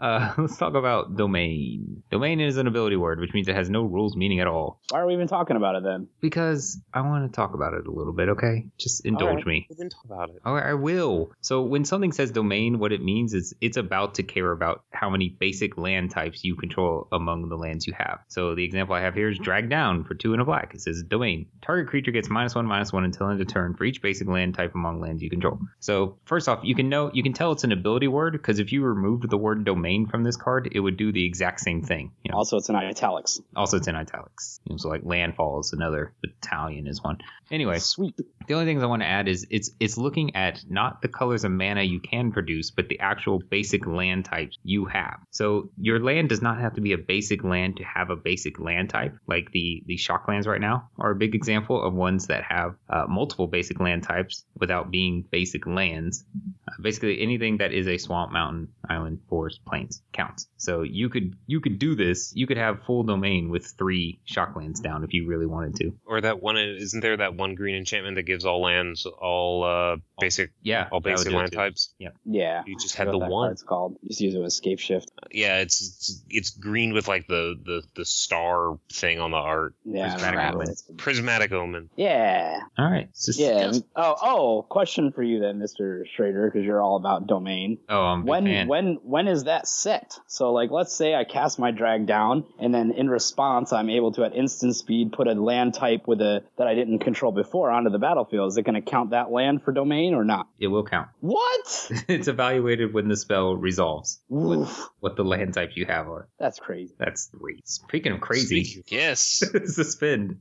Uh, let's talk about domain. Domain is an ability word, which means it has no rules meaning at all. Why are we even talking about it then? Because I want to talk about it a little bit. Okay, just indulge right. me. We didn't talk about it. All right, I will. So when something says domain, what it means is it's about to care about how many basic land types you control among the lands you have. So the example I have here is drag down for two and a black. It says domain. Target creature gets minus one, minus one until end of turn for each basic land type among lands you control. So first off, you can know you can tell it's an ability word because if you removed the word domain from this card, it would do the exact same thing. You know, Also, it's in italics. also it's in italics. You know, so like landfall is another Italian is one. Anyway, Sweet. the only things I want to add is it's it's looking at not the colors of mana you can produce, but the actual basic land types you have. So your land does not have to be a basic land to have a basic land type. Like the the shocklands right now are a big example of ones that have uh, multiple basic land types without being basic lands. Uh, basically, anything that is a swamp, mountain, island, forest, plains counts. So you could you could do this. You could have full domain with three shocklands down if you really wanted to. Or that one isn't there that one green enchantment that gives all lands all uh basic Yeah, all that would basic do it land too. types. Yeah. You just I had forgot the that one. card It's called. You just use it with Escape Shift. Yeah, it's, it's it's green with like the the the star thing on the art. Yeah. I don't Prismatic remember. Omen. It's- Prismatic omen. Yeah. All right, it's just- Yeah. Oh, oh. Question for you then, Mister Schrader, because you're all about domain. Oh, I'm a big When fan. when when is that set? So like, let's say I cast my drag down, and then in response, I'm able to at instant speed put a land type with a that I didn't control before onto the battlefield. Is it going to count that land for domain or not? It will count. What? it's evaluated when the spell resolves. What, Oof, what the land type you have are. that's crazy. That's three. Speaking of crazy, Speak- Yes. suspend.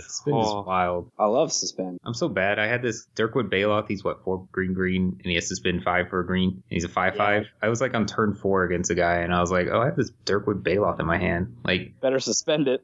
Suspend Oh. is wild. I love suspend. I'm so bad. I had this Dirkwood Bailoff. He's what four green green, and he has to spend five for a green. And he's a five five. I was like on turn four against a guy, and I was like, oh, I have this Dirkwood Bailoff in my hand. Like Better suspend it.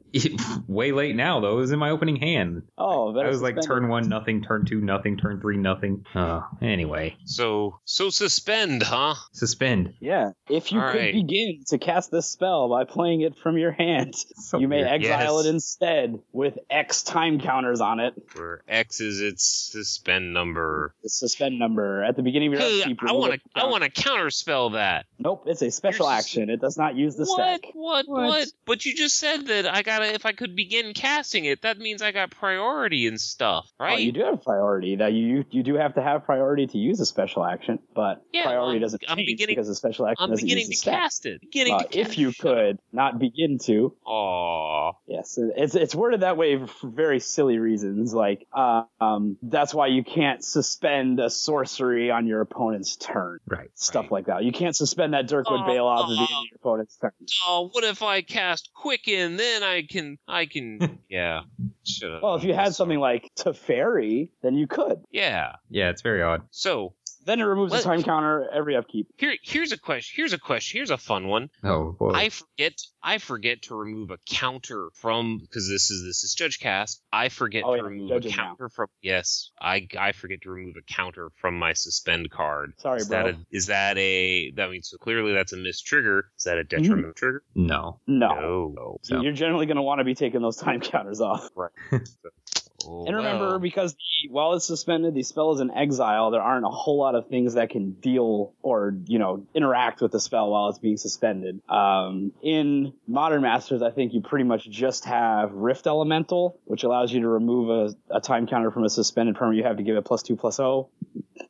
way late now though. It was in my opening hand. Oh, better. I was like suspend turn it. one nothing, turn two nothing, turn three nothing. Uh, anyway, So so suspend, huh? suspend. Yeah. If you All could right. begin to cast this spell by playing it from your hand, So you may weird. exile Yes. it instead with X time counters on it. Where X is its suspend number. The suspend number at the beginning of your Hey, upkeep. I roll want it to I down. want to counterspell that. Nope, it's a special You're s- action. It does not use the what? stack. what? What? What? But you just said that I gotta. If I could begin casting it, that means I got priority and stuff, right? Oh, you do have priority. That you you do have to have priority to use a special action, but Yeah, priority I'm- doesn't I'm change beginning- because the special action I'm doesn't beginning use the to stack. cast it. Beginning Uh, to cast. if you could not begin to, Aw. Yes, it's it's worded that way for very silly reasons. Like, uh, um, that's why you can't suspend a sorcery on your opponent's turn. Right. Stuff Right. like that. You can't suspend that Dirkwood Oh, bail off at the oh, end of your opponent's turn. Oh, what if I cast quicken? Then I can. I can. yeah. Should've Well, if you known had this. something like Teferi, then you could. Yeah. Yeah, it's very odd. So Then it removes What- the time counter every upkeep. here, here's a question. Here's a question. Here's a fun one. Oh boy. I forget. I forget to remove a counter from because this is this is Judge Cast. I forget Oh, to yeah, remove a judges now. counter from. Yes, I I forget to remove a counter from my suspend card. Sorry, is bro. That a, is that a that means so clearly that's a missed trigger. Is that a detrimental trigger? no. Mm-hmm. No. No. So- You're generally going to want to be taking those time counters off. Oh, And remember, well. because the, while it's suspended, the spell is in exile. There aren't a whole lot of things that can deal or you know interact with the spell while it's being suspended. Um, in Modern Masters, I think you pretty much just have Rift Elemental, which allows you to remove a, a time counter from a suspended permanent. You have to give it plus two plus zero,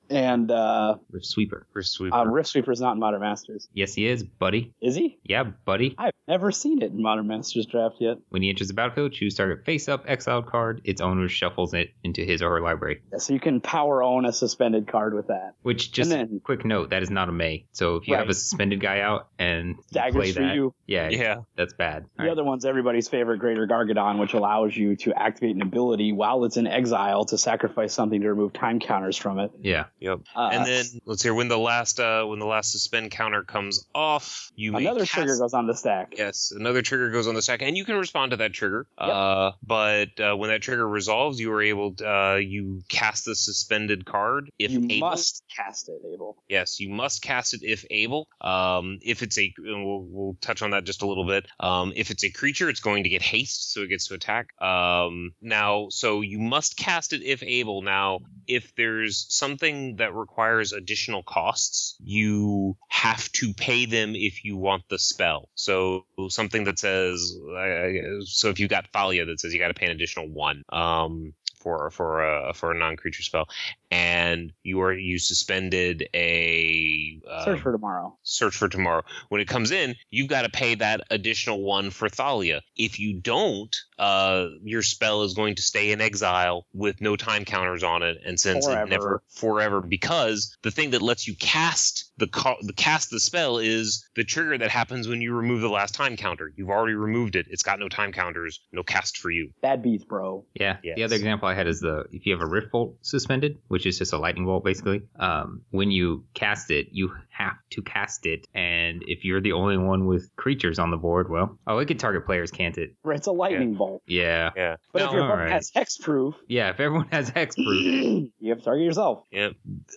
and uh, Rift Sweeper. Chris Sweeper. Mm-hmm. uh, Rift Sweeper is not in Modern Masters, Yes, he is, buddy. is he? Yeah, buddy. I've never seen it in Modern Masters draft yet. When he enters the battlefield, choose target face up exiled card. Its owner shuffles it into his or her library. Yeah, so you can power own a suspended card with that. Which just And then- quick note, that is not a May. So if you have Right. a suspended guy out and you play Daggers for that, you. Yeah, yeah. that's bad. The All right. other one's everybody's favorite, Greater Gargadon, which allows you to activate an ability while it's in exile to sacrifice something to remove time counters from it. Yeah. Yep. Uh, and then let's hear when the last uh when the last suspend counter comes off, you may another cast- trigger goes on the stack. Yes, another trigger goes on the stack, and you can respond to that trigger. Uh, but uh, when that trigger resolves, you are able. To, uh, you cast the suspended card if you able. must cast it, Abel. Yes, you must cast it if able. Um, if it's a, and we'll, we'll touch on that just a little bit. Um, if it's a creature, it's going to get haste, so it gets to attack. Um, now, so you must cast it if able. Now, if there's something that requires additional costs, you have to pay them if you want the spell. So something that says, uh, so if you got Thalia that says you got to pay an additional one. Um, for for a for a non creature spell and you are you suspended a uh, Search for tomorrow. search for tomorrow. When it comes in, you've got to pay that additional one for Thalia. If you don't, uh, your spell is going to stay in exile with no time counters on it, and since Forever. it never forever, because the thing that lets you cast the, ca- the cast the spell is the trigger that happens when you remove the last time counter. You've already removed it. It's got no time counters, no cast for you. Bad beats, bro. Yeah. The other Yes. example I had is the if you have a rift bolt suspended, which is just a lightning bolt basically. Um, when you cast it, you have to cast it, and if you're the only one with creatures on the board, well, oh, it can target players, can't it? It's a lightning bolt. Yeah. Yeah, But No, if your opponent alright. has hexproof, Yeah. If everyone has hexproof, you have to target yourself.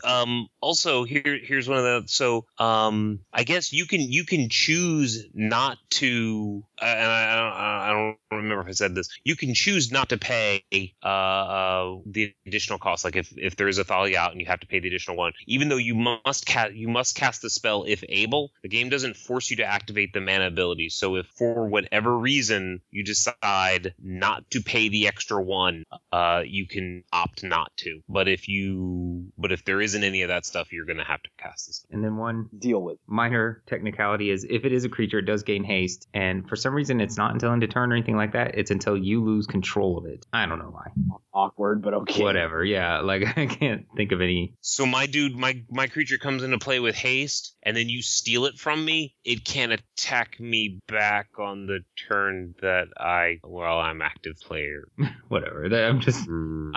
um also here here's one of the so um i guess you can you can choose not to uh, and I, I, don't, I don't remember if i said this you can choose not to pay uh, uh the additional cost like if if there is a thalia out and you have to pay the additional one even though you must cast you must cast the spell if able the game doesn't force you to activate the mana ability so if for whatever reason you decide not to pay the extra one uh, you can opt not to. But if you, but if there isn't any of that stuff, you're gonna have to cast this. and then one Deal with it. minor technicality is if it is a creature, it does gain haste, and for some reason, it's not until end of turn or anything like that. It's until you lose control of it. I don't know why. Awkward, but okay. Whatever. Yeah. Like I can't think of any. So my dude, my my creature comes into play with haste, and then you steal it from me. It can attack me back on the turn that I, well, I'm active player. Whatever. That- I'm just. I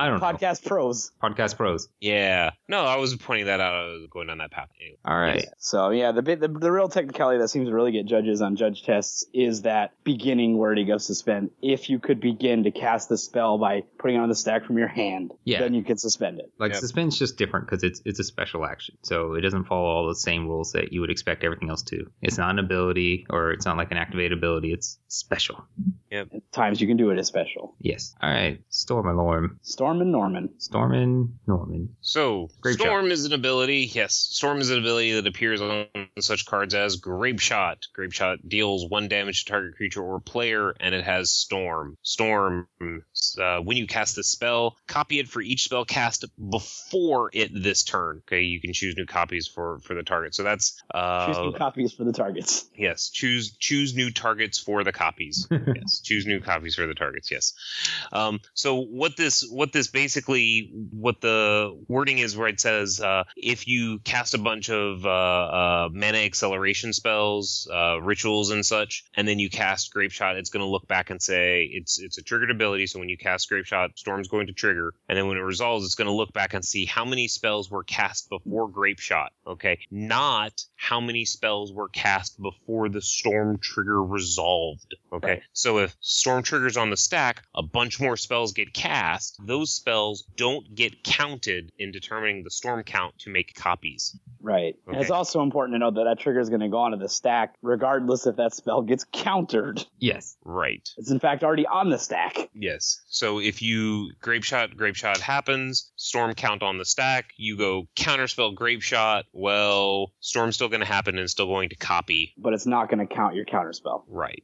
don't know. Podcast pros. Podcast pros. Yeah, no, I was pointing that out. I was going down that path anyway. All right. Yeah. So yeah, the, bit- the the real technicality that seems to really get judges on judge tests is that beginning wording of suspend. If you could begin to cast the spell by putting it on the stack from your hand, Yeah. then you can suspend it. Like Yep. suspend's just different because it's it's a special action, so it doesn't follow all the same rules that you would expect everything else to. It's not an ability or it's not like an activated ability. It's special. Times you can do it is special. Yes. All right. Storm Alarm. Storm and Norman. Stormin Norman. So, Grape Storm is an ability. Yes, Storm is an ability that appears on such cards as Grape Shot. Grape Shot deals one damage to target creature or player, and it has Storm. Storm, uh, when you cast a spell, copy it for each spell cast before it this turn. Okay, you can choose new copies for for the target. So that's Choose uh, new copies for the targets. yes, choose choose new targets for the copies yes choose new copies for the targets yes um, so what this what this basically what the wording is where it says uh, if you cast a bunch of uh, uh, mana acceleration spells uh, rituals and such and then you cast grape shot it's going to look back and say it's it's a triggered ability so when you cast grape shot storm's going to trigger and then when it resolves it's going to look back and see how many spells were cast before grape shot okay not how many spells were cast before the storm trigger resolved Okay. Right. So if storm triggers on the stack, a bunch more spells get cast. Those spells don't get counted in determining the storm count to make copies. Right. And it's Okay. also important to note that that trigger is going to go onto the stack, regardless if that spell gets countered. Yes. Right. It's in fact already on the stack. Yes. So if you grape shot, grape shot happens, storm count on the stack, you go counterspell grape shot, well, storm's still going to happen and it's still going to copy. But it's not going to count your counter spell. Right.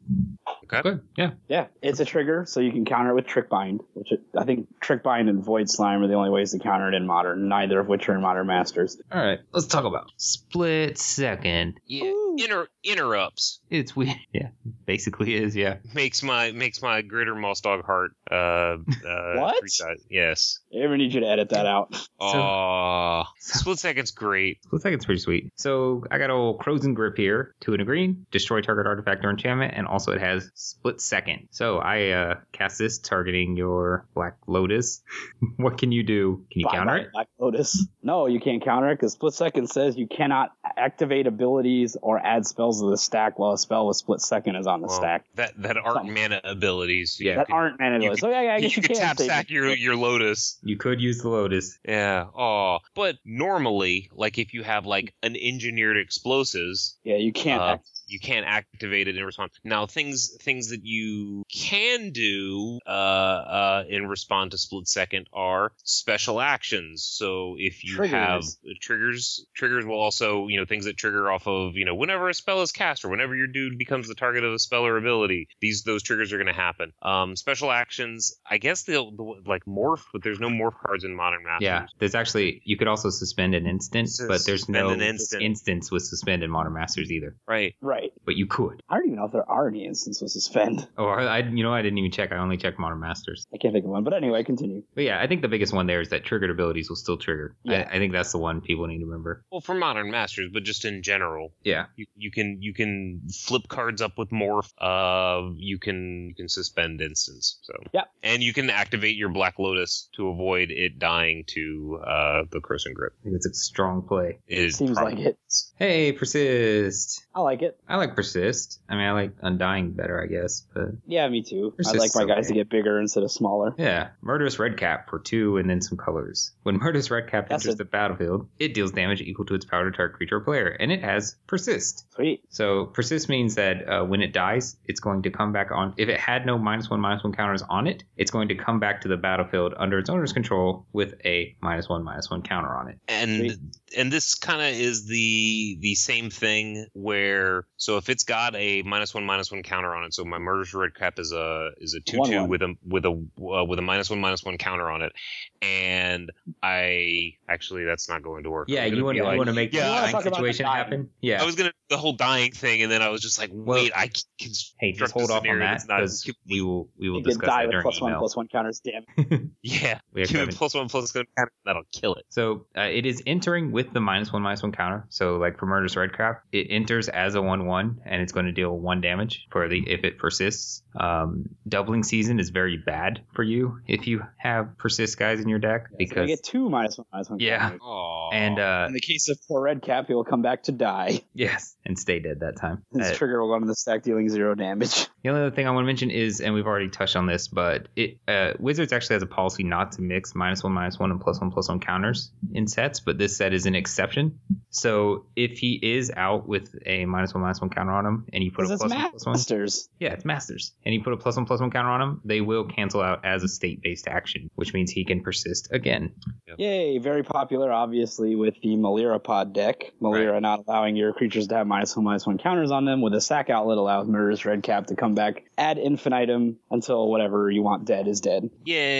Good. Yeah. Yeah, it's a trigger, so you can counter it with Trick Bind, which it, I think Trick Bind and Void Slime are the only ways to counter it in Modern, neither of which are in Modern Masters. All right. Let's talk about split second. Yeah. Inter- interrupts It's weird. Yeah. Basically is. Yeah. makes my makes my gritter moss dog heart uh, uh What? resize. Yes. I ever need you to edit that out. So- Oh, split second's great. Looks like it's pretty sweet. So I got old Crozen Grip here, two and a green, destroy target artifact or enchantment, and also it has split second. So I uh, cast this targeting your Black Lotus. what can you do? Can you Bye counter bye, it? Black Lotus. No, you can't counter it because Split Second says you cannot activate abilities or add spells to the stack while a spell with Split Second is on the Well, stack. That that art Something. mana abilities. Yeah. You that could- aren't mana you abilities. Oh yeah, yeah, I you guess you, could can. tap say- stack your your lotus. You could use the Lotus. Yeah. Oh, but normally, like if you have like an engineered explosives, Yeah, you can't. Uh, act you can't activate it in response. Now, things things that you can do uh, uh, in response to split second are special actions. So if you Triggers. have triggers, triggers will also you know things that trigger off of you know whenever a spell is cast or whenever your dude becomes the target of a spell or ability. These those triggers are going to happen. Um, special actions, I guess they'll they'll, like morph, but there's no morph cards in modern masters. Yeah, there's actually you could also suspend an instant, Sus- but there's suspend no an instant. instance with suspend in Modern Masters either. Right. right. But you could. I don't even know if there are any instances with suspend. Oh, I, I you know I didn't even check. I only checked Modern Masters. I can't think of one. But anyway, continue. But yeah, I think the biggest one there is that triggered abilities will still trigger. Yeah. I, I think that's the one people need to remember. Well, for modern masters, but just in general, Yeah. you, you can you can flip cards up with morph. Uh, you can you can suspend instance. So Yep. and you can activate your black lotus to avoid it dying to uh, the Croson grip. I think it's a strong play. It is Seems prob- like it. Hey, persist. I like it. I like persist. I mean, I like undying better, I guess. But Yeah, me too. It's I like just my guys okay. to get bigger instead of smaller. yeah, murderous redcap for two, and then some colors. When murderous redcap That's enters a- the battlefield, it deals damage equal to its power to target creature or player, and it has persist. Sweet. So persist means that uh, when it dies, it's going to come back on. If it had no minus one minus one counters on it, it's going to come back to the battlefield under its owner's control with a minus one minus one counter on it. and Sweet. and this kind of is the the same thing where so if it's got a minus one minus one counter on it, so my murderous red cap is a is a two One, two one. with a with a uh, with a minus one minus one counter on it, and I actually that's not going to work. Yeah, I'm gonna you want be to like- want to make Yeah, I the talk about situation the dying. happen. Yeah, I was gonna do the whole dying thing, and then I was just like, Well- wait, I can construct hey, just a hold off on scenario that that's not- because we will we will You can discuss die that with during plus one, email. plus one counters. Damn. it. Yeah, We give haven't- it plus one plus one, counter, that'll kill it. So uh, it is entering with the minus one minus one counter. So like for murderous redcap, it enters as a one one, and it's going to deal one damage for the if it persists. Um, doubling season is very bad for you if you have persist guys in your deck So I because get two minus one, minus one. Yeah. counters. Oh, and uh, In the case of poor red cap, he will come back to die. yes, and stay dead that time. His Uh, trigger will go on the stack, dealing zero damage. The only other thing I want to mention is, and we've already touched on this, but it uh, Wizards actually has a policy not to mix minus one, minus one, and plus one, plus one counters in sets. But this set is an exception. So if he is out with a minus one minus one counter on him, and you put a 'Cause it's plus one plus one, masters. yeah, it's masters, and you put a plus one plus one counter on him, they will cancel out as a state based action, which means he can persist again. Yay! Very popular, obviously, with the Malira pod deck. Malira not allowing your creatures to have minus one minus one counters on them, with a sack outlet allows Murderous Redcap to come back ad infinitum until whatever you want dead is dead.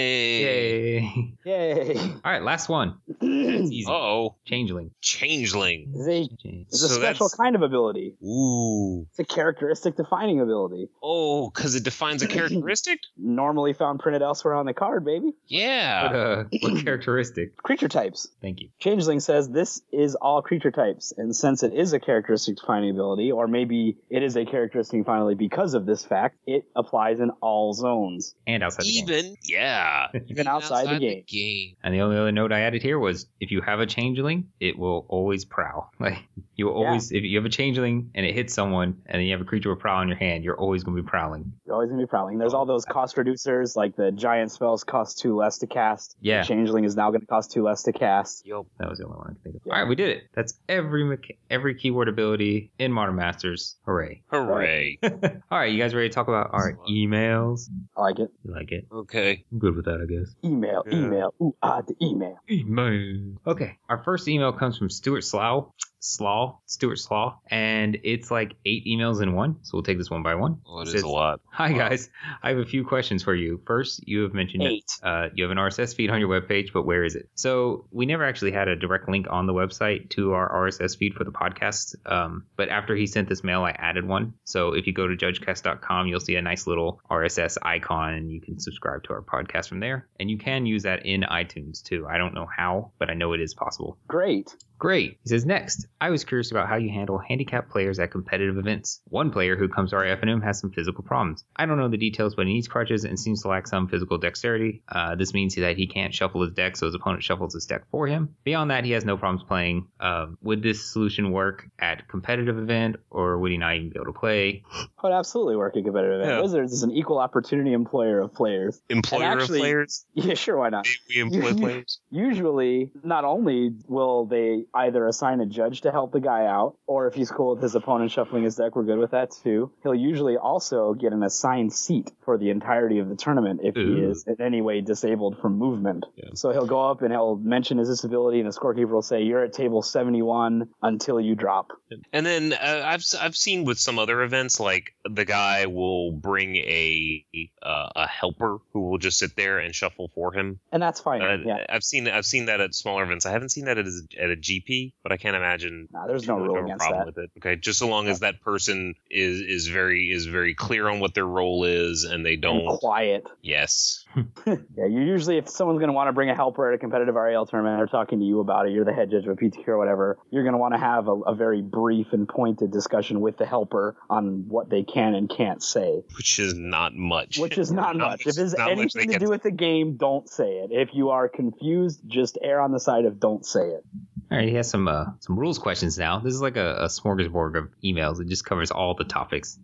Yay! Yay! Yay! All right, last one. It's it's easy. Oh, Changeling. changeling. a, Change- it's a So special that's- kind of ability. Ooh. It's a characteristic defining ability. Oh, because it defines a characteristic. Normally found printed elsewhere on the card, baby. What, Yeah. uh, what characteristic? Creature types. Thank you. Changeling says this is all creature types, and since it is a characteristic defining ability, or maybe it is a characteristic finally because of this fact, it applies in all zones. And outside the game. Even yeah. Even outside the game. game. And the only other note I added here was if you have a changeling, it will always prowl. Like you will Yeah. always if you have a changeling and it hits someone and then you have a creature with prowl in your hand, you're always gonna be prowling. You're always gonna be prowling. There's all those cost reducers, like the giant spells cost two less to cast. Yeah. Changeling is now gonna cost two less to cast. Yo. That was the only one I could think of. Yeah. All right, we did it. That's every mecha- every keyword ability in Modern Masters. Hooray! Hooray. All right, you guys ready to talk about our emails? I like it. You like it? okay. I'm good with that, I guess. Email, Yeah. email, ooh ah, the email. Email. Okay, our first email comes from Stuart Slough, Slaw, Stuart Slaw, and it's like eight emails in one. So we'll take this one by one. It Well, Oh, it is says- a lot. Hi guys, I have a few questions for you. First, you have mentioned Eight. uh, you have an RSS feed on your webpage, but where is it? So we never actually had a direct link on the website to our RSS feed for the podcast. Um, but after he sent this mail, I added one. So if you go to judgecast.com, you'll see a nice little RSS icon, and you can subscribe to our podcast from there. And you can use that in iTunes too. I don't know how, but I know it is possible. Great. Great. He says, next, I was curious about how you handle handicapped players at competitive events. One player who comes to our FNM has some physical problems. I don't know the details, but he needs crutches and seems to lack some physical dexterity. Uh, this means that he can't shuffle his deck, so his opponent shuffles his deck for him. Beyond that, he has no problems playing. Um, would this solution work at competitive event, or would he not even be able to play? I would Oh, absolutely work a competitive event. Yeah. Wizards is an equal opportunity employer of players. Employer And actually- of players. Yeah, sure, why not? We employ players. usually not only will they either assign a judge to help the guy out or if he's cool with his opponent shuffling his deck we're good with that too he'll usually also get an assigned seat for the entirety of the tournament if he Ooh. is in any way disabled from movement Yeah. so he'll go up and he'll mention his disability and the scorekeeper will say you're at table 71 until you drop And then uh, I've s- I've seen with some other events like the guy will bring a uh, a helper who will just sit there and shuffle for him. and that's fine Uh, yeah I've seen I've seen that at smaller events. I haven't seen that at a, at a GP, but I can't imagine Nah, there's no really rule have a against problem that with it. Okay, just so long as that person is is very is very clear on what their role is and they And don't. quiet Yes. Yeah, you usually if someone's going to want to bring a helper at a competitive RAL tournament, they're talking to you about it. You're the head judge of a PTQ or whatever. You're going to want to have a, a very brief and pointed discussion with the helper on what they can and can't say, which is not much. which is not Not much. much- If it's not much they anything to can do with the game, don't say it. If you are confused, just err on the side of don't say it. All right, he has some uh, some rules questions now. This is like a, a smorgasbord of emails. It just covers all the topics.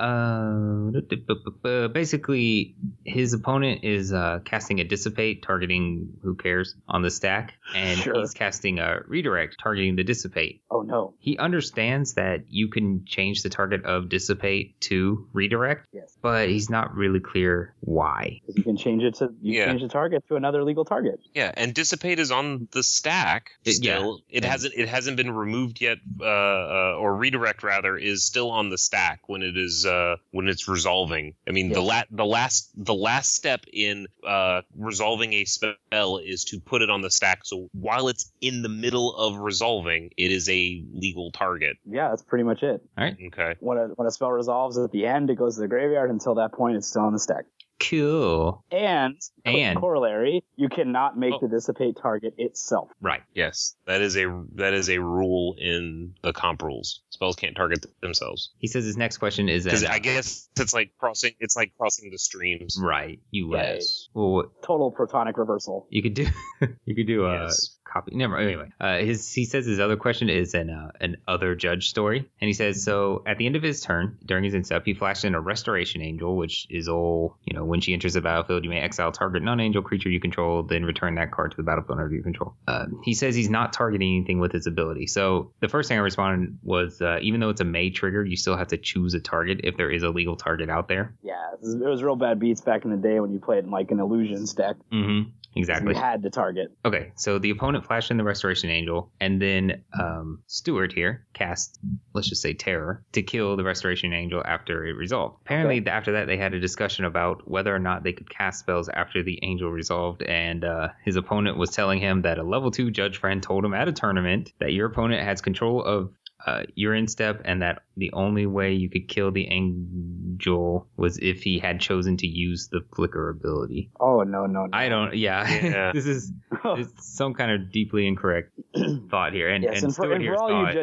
Uh, basically, his opponent is uh, casting a dissipate, targeting who cares on the stack, and Sure. he's casting a redirect, targeting the dissipate. Oh no. He understands that you can change the target of dissipate to redirect, Yes. but he's not really clear why. 'Cause You can change it to you Yeah. can change the target to another legal target. Yeah, and dissipate is on the stack. It- Still, it And- hasn't it hasn't been removed yet, uh, uh, or redirect rather is still on the stack when it is uh, when it's resolving. I mean, the Yeah. la- the last the last step in uh, resolving a spell is to put it on the stack. So while it's in the middle of resolving, it is a legal target. Yeah, that's pretty much it. Okay. When a, when a spell resolves at the end, it goes to the graveyard. Until that point, it's still on the stack. Cool. And, And- corollary, you cannot make Oh. the dissipate target itself. Right. Yes, that is a that is a rule in the comp rules. Spells can't target themselves. He says his next question is uh, Because an- I guess it's like crossing, it's like crossing the streams. right. You Right. yes. Well, Total protonic reversal. You could do you could do a Yes. copy. Never. Anyway, uh, his he says his other question is an uh, an other judge story, and he says so at the end of his turn during his incept, he flashed in a restoration angel, which is all you know. When she enters the battlefield, you may exile target non-angel creature you control, then return that card to the battlefield under your control. Uh, he says he's not targeting anything with his ability. So the first thing I responded was uh, even though it's a May trigger, you still have to choose a target if there is a legal target out there. Yeah, it was, it was real bad beats back in the day when you played in like an illusions deck. Mm-hmm. Exactly. You had to target. Okay, so the opponent flashed in the Restoration Angel, and then um, Stewart here cast, let's just say Terror, to kill the Restoration Angel after it resolved. Apparently, Okay. after that, they had a discussion about whether or not they could cast spells after the angel resolved, and uh, his opponent was telling him that a level two judge friend told him at a tournament that your opponent has control of uh, your instep, and that the only way you could kill the angel was if he had chosen to use the flicker ability. Oh no no no! I don't. Yeah, Yeah. this is it's some kind of deeply incorrect thought here. And, yes, and, and, for, Stuart and here for all thought you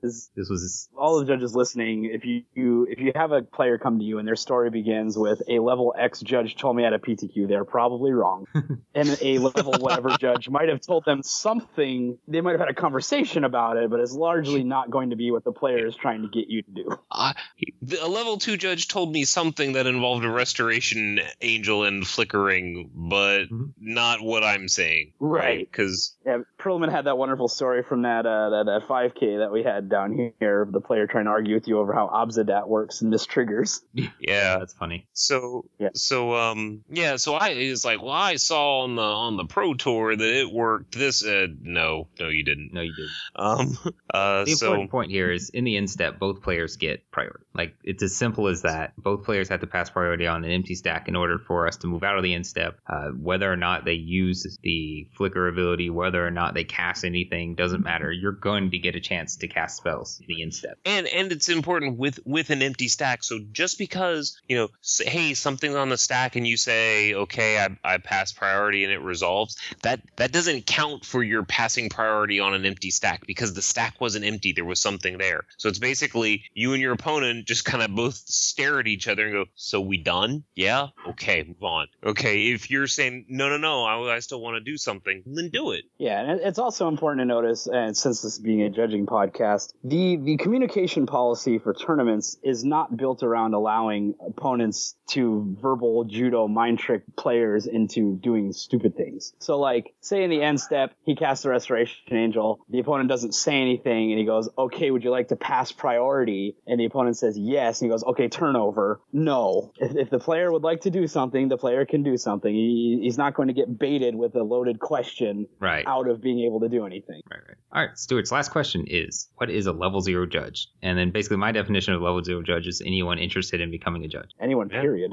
judges, this was all the judges listening, if you, you if you have a player come to you and their story begins with a level X judge told me at a PTQ, they're probably wrong, and a level whatever judge might have told them something. They might have had a conversation about it, but it's largely not going to be what the player is trying to get you to do. I- the, a level two judge told me something that involved a restoration angel and flickering, but Mhm. not what I'm saying. Because Yeah, Perlman had that wonderful story from that uh, that uh, 5K that we had down here. of The player trying to argue with you over how Obsidat works and mistriggers. yeah, that's funny. So Yeah. so um yeah so I is like well I saw on the on the pro tour that it worked this uh no no you didn't No, you did. um uh The so important point here is in the end step, both players get priority. Like it's as simple as that. Both players have to pass priority on an empty stack in order for us to move out of the end step. Uh, whether or not they use the flicker ability, whether or not they cast anything, doesn't matter. You're going to get a chance to cast spells in the end step. and and it's important with with an empty stack so just because you know s hey something's on the stack and you say okay I, I pass priority and it resolves that that doesn't count for your passing priority on an empty stack because the stack wasn't empty there was something there so it's basically you and your opponent just kind of both stare at each other and go so we done yeah okay move on okay if you're saying no no no I, I still want to do something then do it Yeah, and it- it's also important to notice, and since this being a judging podcast, the the communication policy for tournaments is not built around allowing opponents to verbal judo mind trick players into doing stupid things. So, like, say in the end step, he casts the Restoration Angel, the opponent doesn't say anything, and he goes, "Okay, would you like to pass priority?" And the opponent says yes, and he goes, "Okay, turnover." No, if, if the player would like to do something, the player can do something. He, he's not going to get baited with a loaded question Right. out of being able to do anything. Right, right. All right, Stuart's last question is What is a level zero judge? And then basically, my definition of level zero judge is anyone interested in becoming a judge. Anyone, Yeah. period.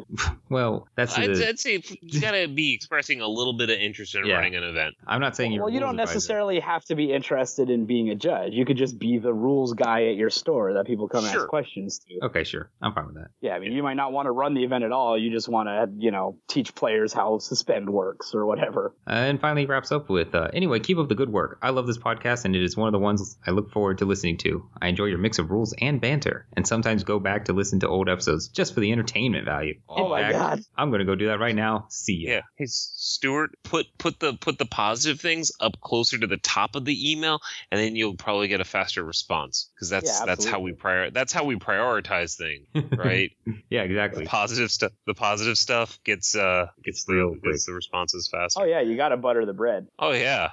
Well, that's I'd, the, I'd say you gotta be expressing a little bit of interest in Yeah. running an event I'm not saying you're. Well, you don't rules advisor. necessarily have to be interested in being a judge. You could just be the rules guy at your store that people come Sure. ask questions to. Okay, sure. I'm fine with that. Yeah, I mean, you might not want to run the event at all. You just want to, you know, teach players how suspend works or whatever. Uh, and finally, wraps up with uh, anyway, keep up the good work. I love this podcast, and it is one of the ones I look forward to listening to. I enjoy your mix of rules and banter, and sometimes go back to listen to old episodes just for the entertainment value. Oh In my fact, God. I'm gonna go do that right now. See ya. Yeah. Hey, Stuart, put put the put the positive things up closer to the top of the email, and then you'll probably get a faster response because that's Yeah, that's how we prior that's how we prioritize things, right? Yeah, the exactly. positive stuff. The positive stuff gets uh It's the- real quick. gets the responses faster. Oh, yeah, you got to butter the bread. Oh yeah,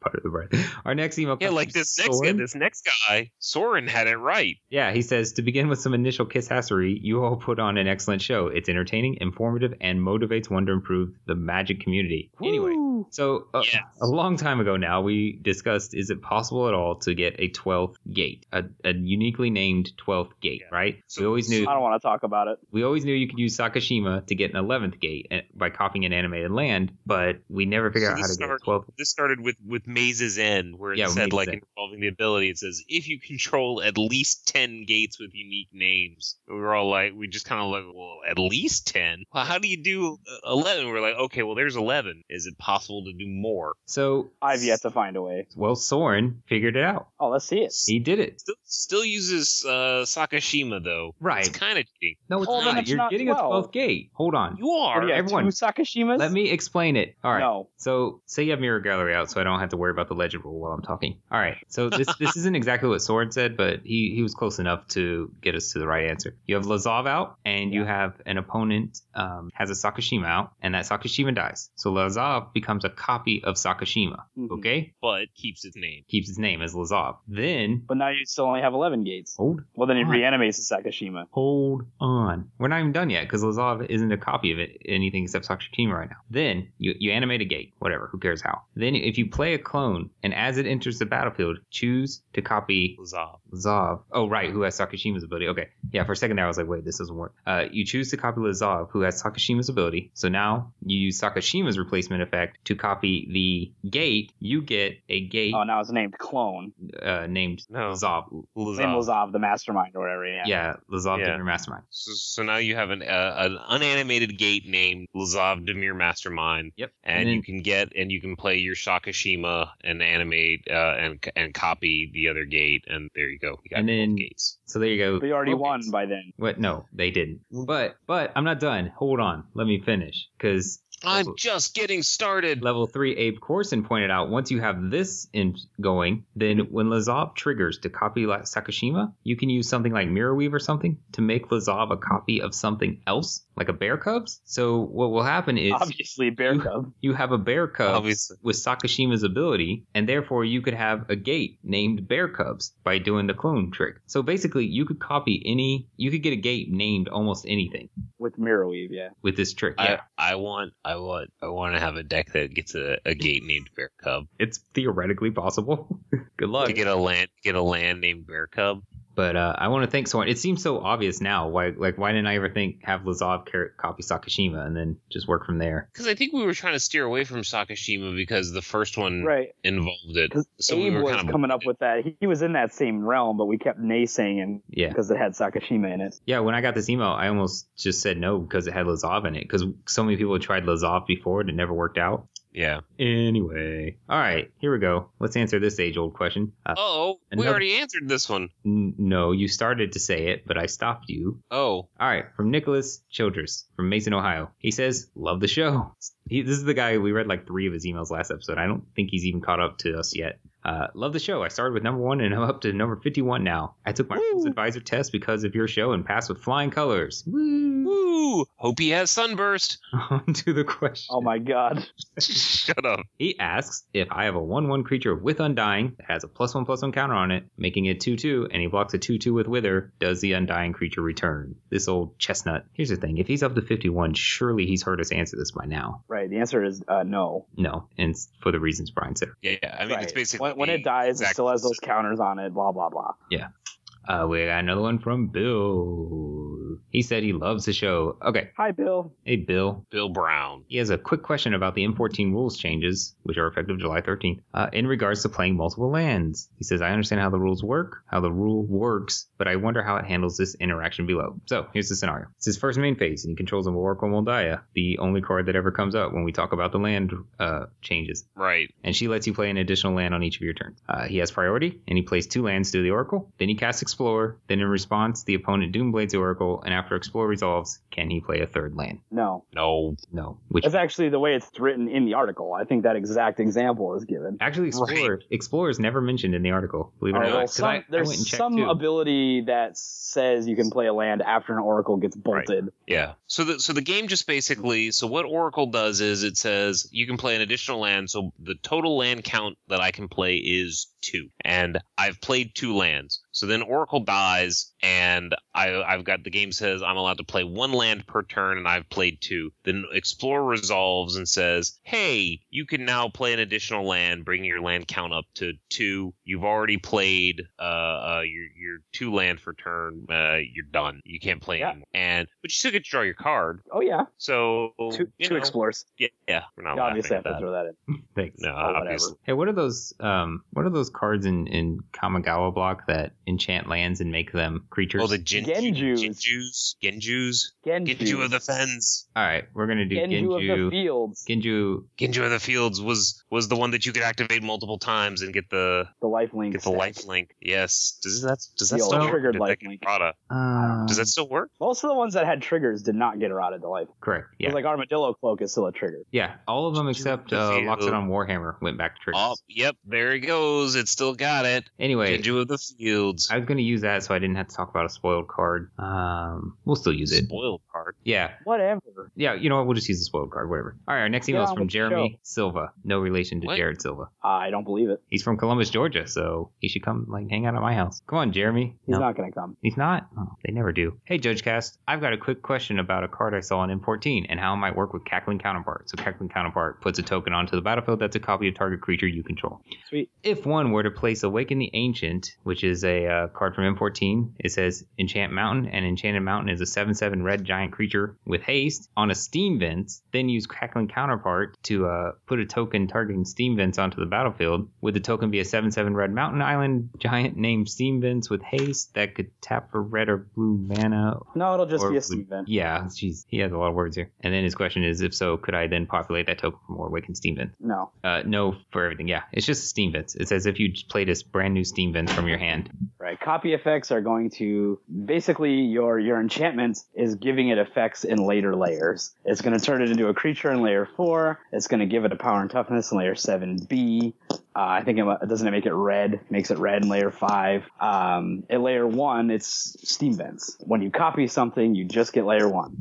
Part of the bread. Our next email. yeah. comes Like from this next guy, Soren. this next guy, Soren had it right. Yeah, he says to begin with some initial kissassery, you all put on an excellent show. It's entertaining, informative, and motivates one to improve the magic community. Anyway, Woo. so uh, Yes. a long time ago now, we discussed is it possible at all to get a 12th gate, a, a uniquely named 12th gate, Yeah. right? So- we always I knew don't want to talk about it. we always knew you could use Sakashima to get an 11th gate eh, by copying an animated land, but we never figured So out this how to is get our- a 12th This started with with Maze's End, where it Yeah, Maze's said like End. involving the ability. It says if you control at least ten gates with unique names. We were all like, we just kind of like, well, at least ten. Well, how do you do uh, eleven? We We're like, okay, well, there's eleven. Is it possible to do more? So, I've yet to find a way. well, Soren figured it out. Oh, let's see it. He did it. Still, still uses uh, Sakashima though. Right. It's kind of editing. No, it's Well, then not. it's You're not getting us 12. both gate. Hold on. You are. What do you have, everyone. two Sakashimas? Let me explain it. All right. No. So say you have Mirror Gallery out, so I don't have to worry about the legend rule while I'm talking. All right. So this this isn't exactly what Sword said, but he he was close enough to get us to the right answer. You have Lazav out, and you have an opponent um, has a Sakashima out, and that Sakashima dies. So Lazav becomes a copy of Sakashima. Mhm. Okay, But keeps its name. keeps his name as Lazav. Then But now you still only have 11 gates. hold Well, then it Huh. reanimates the Sakashima. Hold on. We're not even done yet because Lazav isn't a copy of it, anything except Sakshikima right now. Then you, you animate a gate, whatever, who cares how. Then if you play a clone and as it enters the battlefield, choose to copy Lazav. Lazav. Oh, right, who has Sakashima's ability. Okay. Yeah, for a second there, I was like, wait, this doesn't work. Uh, you choose to copy Lazav, who has Sakashima's ability. So now you use Sakashima's replacement effect to copy the gate. You get a gate Oh, now it's named Clone. uh, named No. Lazav. His name was Zav, uh, the mastermind or whatever. Yeah. Yeah, Lazav Yeah. yeah. Mastermind. So, so now you have an uh, an unanimated gate named Lazav Demir Mastermind, Yep. and, then- you can get and you can play your Shakashima and animate uh, and and copy the other gate, and there you go. You got And both then- gates. So there you go. But you already Okay. won by then. What? No, they didn't. But but I'm not done. Hold on. Let me finish because I'm just getting started. level three Abe Corson pointed out once you have this in going, then when Lazav triggers to copy La- Sakashima, you can use something like Mirror Weave or something to make Lazav a copy of something else, like a bear cubs. So what will happen is Obviously, Bear Cub. you have a bear cub Obviously. with Sakashima's ability, and therefore you could have a gate named Bear Cubs by doing the clone trick. So basically, you could copy any, you could get a gate named almost anything with Mirror Weave, yeah. with this trick. I, Yeah, I want I want I want to have a deck that gets a, a gate named Bear Cub it's theoretically possible. Good luck. to get a land get a land named Bear Cub. But uh, I want to thank someone. It seems so obvious now. Why, like, why didn't I ever think have Lazav car- copy Sakashima and then just work from there? Because I think we were trying to steer away from Sakashima because the first one Right. involved it. Because Mm. So we Abe were was kind of coming up with that. He, he was in that same realm, but we kept naysaying him Yeah, because it had Sakashima in it. yeah. When I got this email, I almost just said no because it had Lazav in it. Because so many people had tried Lazav before and it never worked out. Yeah. Anyway, all right, here we go. Let's answer this age-old question. Uh, Oh, we Another- already answered this one. n- no, you started to say it, but I stopped you. Oh, All right, from Nicholas Childress from Mason, Ohio. He says, "Love the show." He, this is the guy we read like three of his emails last episode. I don't think he's even caught up to us yet. Uh, love the show. I started with number one and I'm up to number fifty-one now. I took my Woo. rules advisor test because of your show and passed with flying colors. Woo! woo! Hope he has sunburst. On to the question. Oh my god. Shut up. He asks if I have a 1 1 creature with Undying that has a plus 1 plus 1 counter on it, making it 2 2, and he blocks a 2 2 with Wither, does the Undying creature return? This old chestnut. Here's the thing if he's up to 51, surely he's heard us answer this by now. Right. The answer is uh, no. No, and it's for the reasons Brian said. Yeah, yeah. I mean, it's Right. basically when, when it dies, it exact- still has those counters on it. Blah blah blah. Uh, we got another one from Bill. He said he loves the show. Okay. Hi, Bill. Hey, Bill. Bill Brown. He has a quick question about the M14 rules changes, which are effective July 13th, uh, in regards to playing multiple lands. He says, I understand how the rules work, how the rule works, but I wonder how it handles this interaction below. So here's the scenario. It's his first main phase, and he controls an Oracle Moldiah, the only card that ever comes up when we talk about the land uh, changes Right. and she lets you play an additional land on each of your turns. Uh, he has priority, and he plays two lands to the Oracle. Then he casts Explore. Then in response, the opponent Doomblades the Oracle, and after Explore resolves, can he play a third land? No. No. No. Which That's actually the way it's written in the article. I think that exact example is given. actually Explorer Explorer is never mentioned in the article. Believe it All or right, not, Oh, well, 'cause some, I- I went and there's checked, some too. ability that says you can play a land after an oracle gets Right. bolted. Yeah. So the so the game just basically so what Oracle does is it says you can play an additional land. So the total land count that I can play is two, and I've played two lands. So then Oracle dies, and I I've got the game says I'm allowed to play one land per turn, and I've played two. Then Explorer resolves and says, hey, you can now play an additional land, bringing your land count up to two. You've already played uh, uh your your two land for turn. Uh, you're done. You can't play Yeah. anymore. And but you still get to draw your card. Oh yeah, So two, you two know, explorers. Yeah, yeah, we're not You obviously laughing have at to that. throw that in. Oh, Thanks. No, whatever. obviously. Hey, what are those? Um, what are those cards in in, in Kamigawa block that enchant lands and make them creatures? Oh, the Gen- Genjus. Genjus. Genjus. Genju. Genju of the Fens. All right, we're gonna do Genju of the Genju. fields. Genju. Genju of the Fields was was the one that you could activate multiple times and get the The life link. get the stack. life link. Yes. Does that does that The still old work? triggered Did life that get link. Prada? Uh, Does that still work? Most of the ones that had triggers did not get eroded to life. correct? Yeah, Yeah. Like Armadillo Cloak is still a trigger. yeah. All of them except uh, Genju. Loxodon Warhammer went back to triggers. Oh, yep. There it goes. It still got it. anyway, Genju of the Fields. I was gonna use that so I didn't have to talk about a spoiled card. Um, we'll still use it. Spoiled card. Yeah, Whatever. yeah. You know what? We'll just use the spoiled card. Whatever. All right. Our next Get email is on from with the Jeremy Silva. No relation to What? Jared Silva. I don't believe it. He's from Columbus, Georgia, so he should come like hang out at my house. Come on, Jeremy. He's No. not going to come. He's not? Oh, they never do. Hey, Judge Cast, I've got a quick question about a card I saw in M14 and how it might work with Cackling Counterpart. So, Cackling Counterpart puts a token onto the battlefield that's a copy of target creature you control. Sweet. If one were to place Awaken the Ancient, which is a uh, card from M14, it says Enchant Mountain, and Enchanted Mountain is a 7 7 red giant creature with haste on a Steam Vent, then use Crackling Counterpart to uh, put a token targeting Steam Vents onto the battlefield. Would the token be a 7 7 red Mountain Island giant named Steam Vents with haste that could tap for red or blue mana No, it'll just or be a would- Steam vent. Yeah, jeez, he has a lot of words here. And then his question is, if so, could I then populate that token for more Awakened Steam Vents? No. Uh, no, for everything. Yeah, it's just Steam Vents. It's as if you just played a brand new Steam Vents from your hand. Right. Copy effects are going to basically your your enchantment is giving it effects in later layers. It's going to turn it into a creature in layer four. It's going to give it a power and toughness in layer seven B. Uh, I think it doesn't it make it red. Makes it red in layer five. Um, at layer one, it's steam vents. When you copy something, you just get layer one.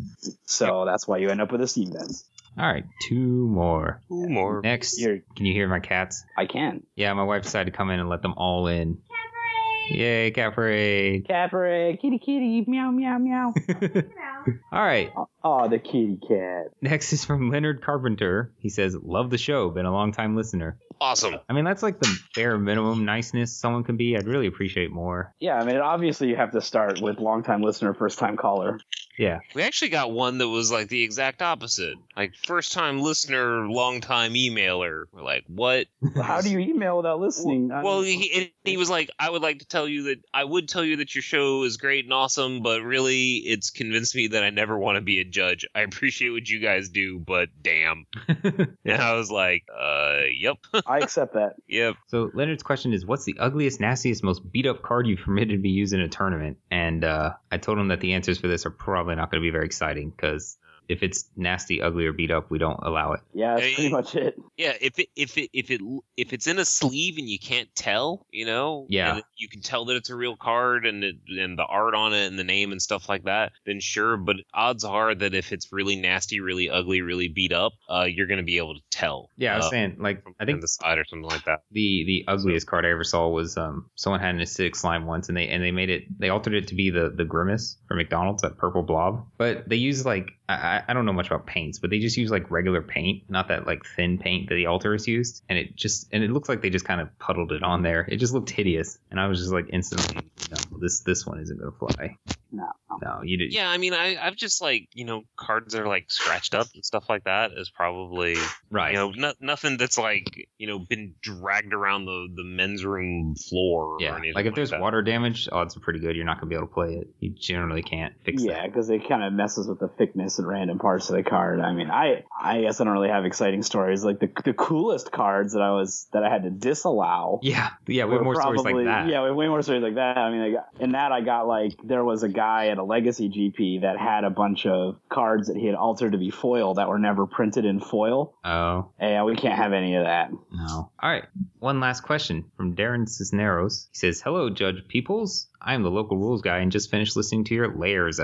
So that's why you end up with a steam vent. All right, two more. Two more. Next, You're, can you hear my cats? I can. Yeah, my wife decided to come in and let them all in. Cat parade! Yay, cat parade! Capra, kitty kitty, meow meow meow. all right, oh, the kitty cat. next is from Leonard Carpenter. He says, "Love the show. Been a long time listener." Awesome. I mean, that's like the bare minimum niceness someone can be. I'd really appreciate more. Yeah, I mean, obviously you have to start with longtime listener, first time caller. Yeah. We actually got one that was like the exact opposite. Like first time listener, long time emailer. We're like, what? How do you email without listening? I Well, don't- he, and he was like, I would like to tell you that I would tell you that your show is great and awesome, but really, it's convinced me that I never want to be a judge. I appreciate what you guys do, but damn. And I was like, uh, yep, I accept that. yep. So Leonard's question is, what's the ugliest, nastiest, most beat up card you've permitted to be used in a tournament? And uh, I told him that the answers for this are probably not going to be very exciting because if it's nasty, ugly, or beat up, we don't allow it. Yeah, that's Hey. pretty much it. Yeah, if it if it if it if it's in a sleeve and you can't tell, you know, Yeah. and you can tell that it's a real card and it, and the art on it and the name and stuff like that, then sure. But odds are that if it's really nasty, really ugly, really beat up, uh, you're gonna be able to tell. Yeah, I was uh, saying like I on think the side or something like that. the the ugliest card I ever saw was um someone had an acidic slime once and they and they made it they altered it to be the the grimace for McDonald's that purple blob but they used like I I- I don't know much about paints but they just use like regular paint not that like thin paint that the alters used and it just and it looks like they just kind of puddled it on there it just looked hideous and I was just like instantly no this this one isn't gonna fly No. no you did Yeah, I mean, I, I've just like you know cards that are like scratched up and stuff like that is probably right you know no, nothing that's like you know been dragged around the the men's room floor. or yeah anything like if there's that. water damage odds are pretty good you're not gonna be able to play it you generally can't fix that. Yeah, because it kind of messes with the thickness and random parts of the card. I mean, I I guess I don't really have exciting stories. Like the the coolest cards that I was that I had to disallow. Yeah, yeah, we were have more stories like that. Yeah, we have way more stories like that. I mean, like, in that I got like there was a guy at a legacy GP that had a bunch of cards that he had altered to be foil that were never printed in foil. Oh, Yeah, we can't have any of that. no. All right. One last question from Darren Cisneros. He says, Hello, Judge Peoples. I am the local rules guy and just finished listening to your Layers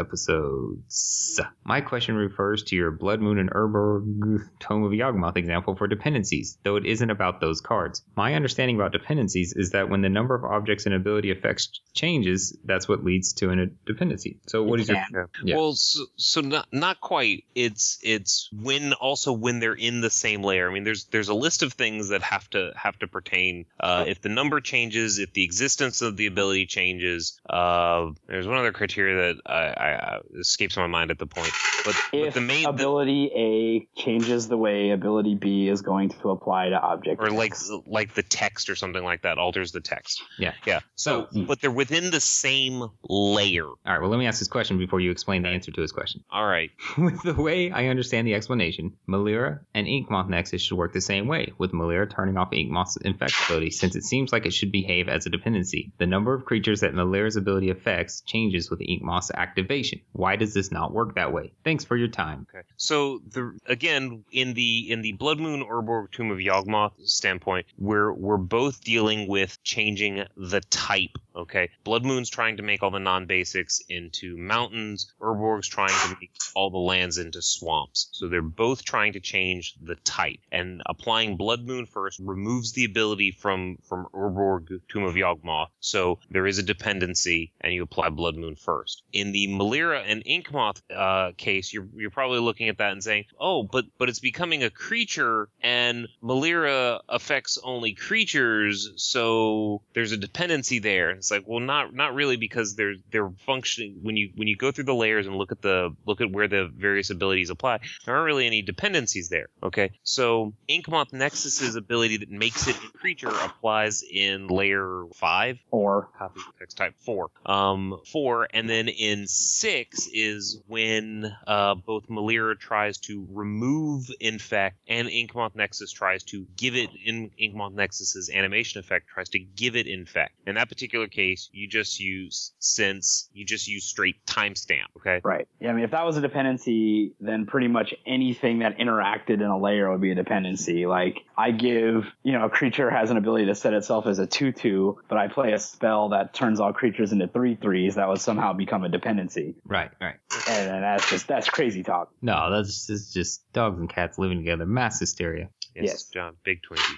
episodes. My question refers to your Blood Moon and Urborg Tome of Yawgmoth example for dependencies, though it isn't about those cards. My understanding about dependencies is that when the number of objects and ability effects changes, that's what leads to a dependency. So, what is your. Yeah. Well, so, so not not quite. It's it's when also when they're in the same layer. I mean, there's there's a list of things that have to have to pertain. Uh, if the number changes, if the existence of the ability changes, uh, there's one other criteria that I, I, I escapes my mind at the point. But, but If the main the- ability A changes the way ability B is going to apply to object or like X. like the text or something like that alters the text. Yeah. yeah. So, Hmm. but they're within the same layer. All right, well, let me ask this question before you explain the answer to his question. All right. With the way I understand the explanation, Malira and Inkmoth Nexus should work the same way, with Malira turning off Inkmoth's infect ability, since it seems like it should behave as a dependency. The number of creatures that Malira's ability affects changes with Inkmoth's activation. Why does this not work that way? Thanks for your time. Okay. Um, So the again in the in the Blood Moon Urborg Tomb of Yawgmoth standpoint, we're we're both dealing with changing the type. Okay. Blood Moon's trying to make all the non-basics into mountains. Urborg's trying to make all the lands into swamps. So they're both trying to change the type. And applying Blood Moon first removes the ability from from Urborg Tomb of Yawgmoth. So there is a dependency, and you apply Blood Moon first. In the Malira and Inkmoth uh, case, you're you're probably looking at that and saying, oh, but but it's becoming a creature, and Malira affects only creatures, so there's a dependency there. It's like, well, not not really because they're they're functioning when you when you go through the layers and look at the look at where the various abilities apply. There aren't really any dependencies there. Okay, so Inkmoth Nexus's ability that makes it a creature applies in layer five or copy text type four. Um, four, and then in six is when uh, both Malira tries to remove infect and Inkmoth Nexus tries to give it in Inkmoth Nexus's animation effect tries to give it infect. In that particular case, you just use since you just use straight timestamp. Okay. right. Yeah, I mean, if that was a dependency, then pretty much anything that interacted in a layer would be a dependency. Like I give, you know, a creature has an ability to set itself as a two-two, but I play a spell that turns all creatures into three-threes. That would somehow become a dependency, Right, right. and then that's just that's crazy talk. No, that's just, it's just dogs and cats living together. Mass hysteria. Yes, Yes. John, big Twinkie.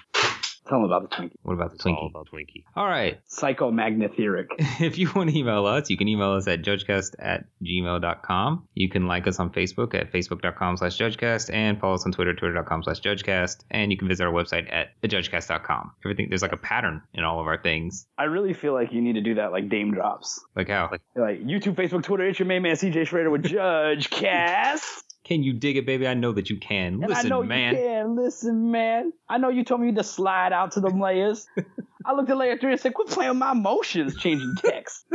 Tell them about the Twinkie. What about the It's all Twinkie? about Twinkie. All right. Psychomagnetheric. if you want to email us, you can email us at judgecast at gmail.com. You can like us on Facebook at facebook.com slash judgecast and follow us on Twitter, twitter.com slash judgecast. And you can visit our website at thejudgecast.com. Everything, there's like a pattern in all of our things. I really feel like you need to do that like Dame Drops. Like how? Like- Like YouTube, Facebook, Twitter, it's your main man CJ Schrader with Judge Cast. can you dig it, baby? I know that you can. And I Listen, know man. you can. Listen, man. I know you told me to slide out to them layers. I looked at layer three and said, quit playing with my emotions, changing text.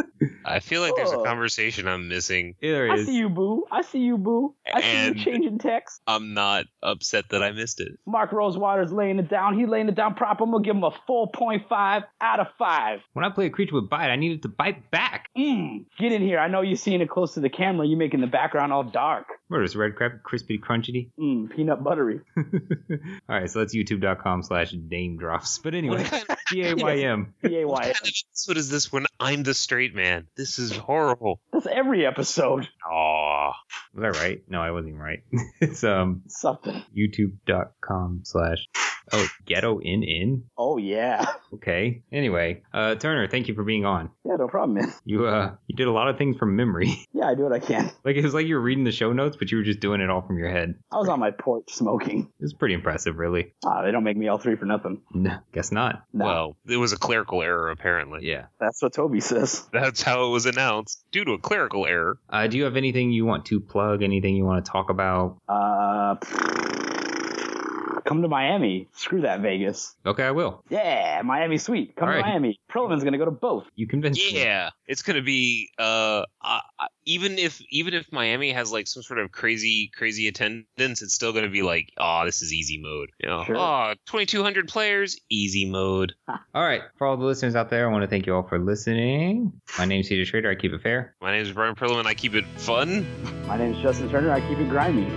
I feel like there's a Oh. conversation I'm missing. There I is. see you, boo. I see you, boo. I see And- you changing text. I'm not upset that I missed it. Mark Rosewater's laying it down. He laying it down proper. I'm going to give him a 4.5 out of 5. When I play a creature with bite, I need it to bite back. Mm, get in here. I know you're seeing it close to the camera. you making the background all dark. Murderous red crap, crispy, crunchity. Mm, peanut buttery. all right, so that's youtube.com slash dame drops. But anyway, D-A-Y-M. What P-A-Y. kind of episode is this when I'm the straight man? This is horrible. That's every episode. Aw. Was I right? No, I wasn't even right. it's um Something. youtube.com slash oh ghetto in in Oh, yeah. okay anyway uh turner thank you for being on Yeah, no problem, man. you uh you did a lot of things from memory Yeah, I do what I can. like it was like you were reading the show notes but you were just doing it all from your head I was on my porch smoking. it was pretty impressive really Ah, they don't make me all three for nothing. no, guess not No, Well, it was a clerical error, apparently. yeah that's what Toby says. That's how it was announced due to a clerical error. uh do you have anything you want to plug anything you want to talk about Uh, come to Miami. Screw that Vegas. okay i will Yeah, Miami sweet. Come All to right. Miami. Prillman's gonna go to both. you convinced me Yeah, it's gonna be uh, uh, even if even if Miami has like some sort of crazy crazy attendance, it's still gonna be like, oh, this is easy mode. You know, Sure. oh, 2,200 players, easy mode. all right for all the listeners out there i want to thank you all for listening my name's peter trader i keep it fair My name is Brian Perlman. I keep it fun. My name's Justin Turner. I keep it grimy.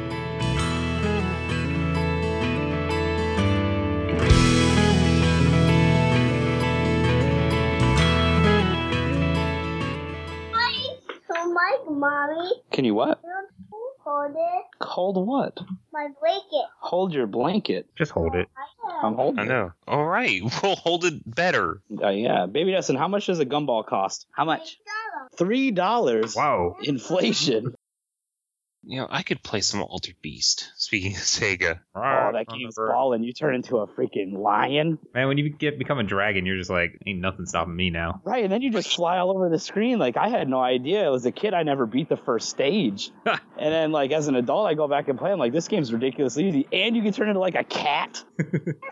So Mike, mommy, Can you what? you hold it, Hold what? my blanket. Hold your blanket. just hold it I I'm holding. it. know. All right, we'll hold it better. Uh, yeah, baby Justin. How much does a gumball cost? How much? Three dollars. wow Inflation. You know, I could play some Altered Beast. Speaking of Sega, Oh, that game's balling. You turn into a freaking lion. Man, when you get become a dragon, you're just like, ain't nothing stopping me now. Right, and then you just fly all over the screen. Like I had no idea. As a kid, I never beat the first stage, and then like as an adult, I go back and play. I'm like, this game's ridiculously easy, and you can turn into like a cat,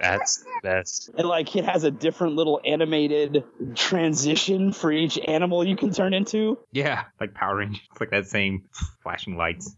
that's the best. and like it has a different little animated transition for each animal you can turn into. Yeah, like Power Rangers, it's like that same flashing lights.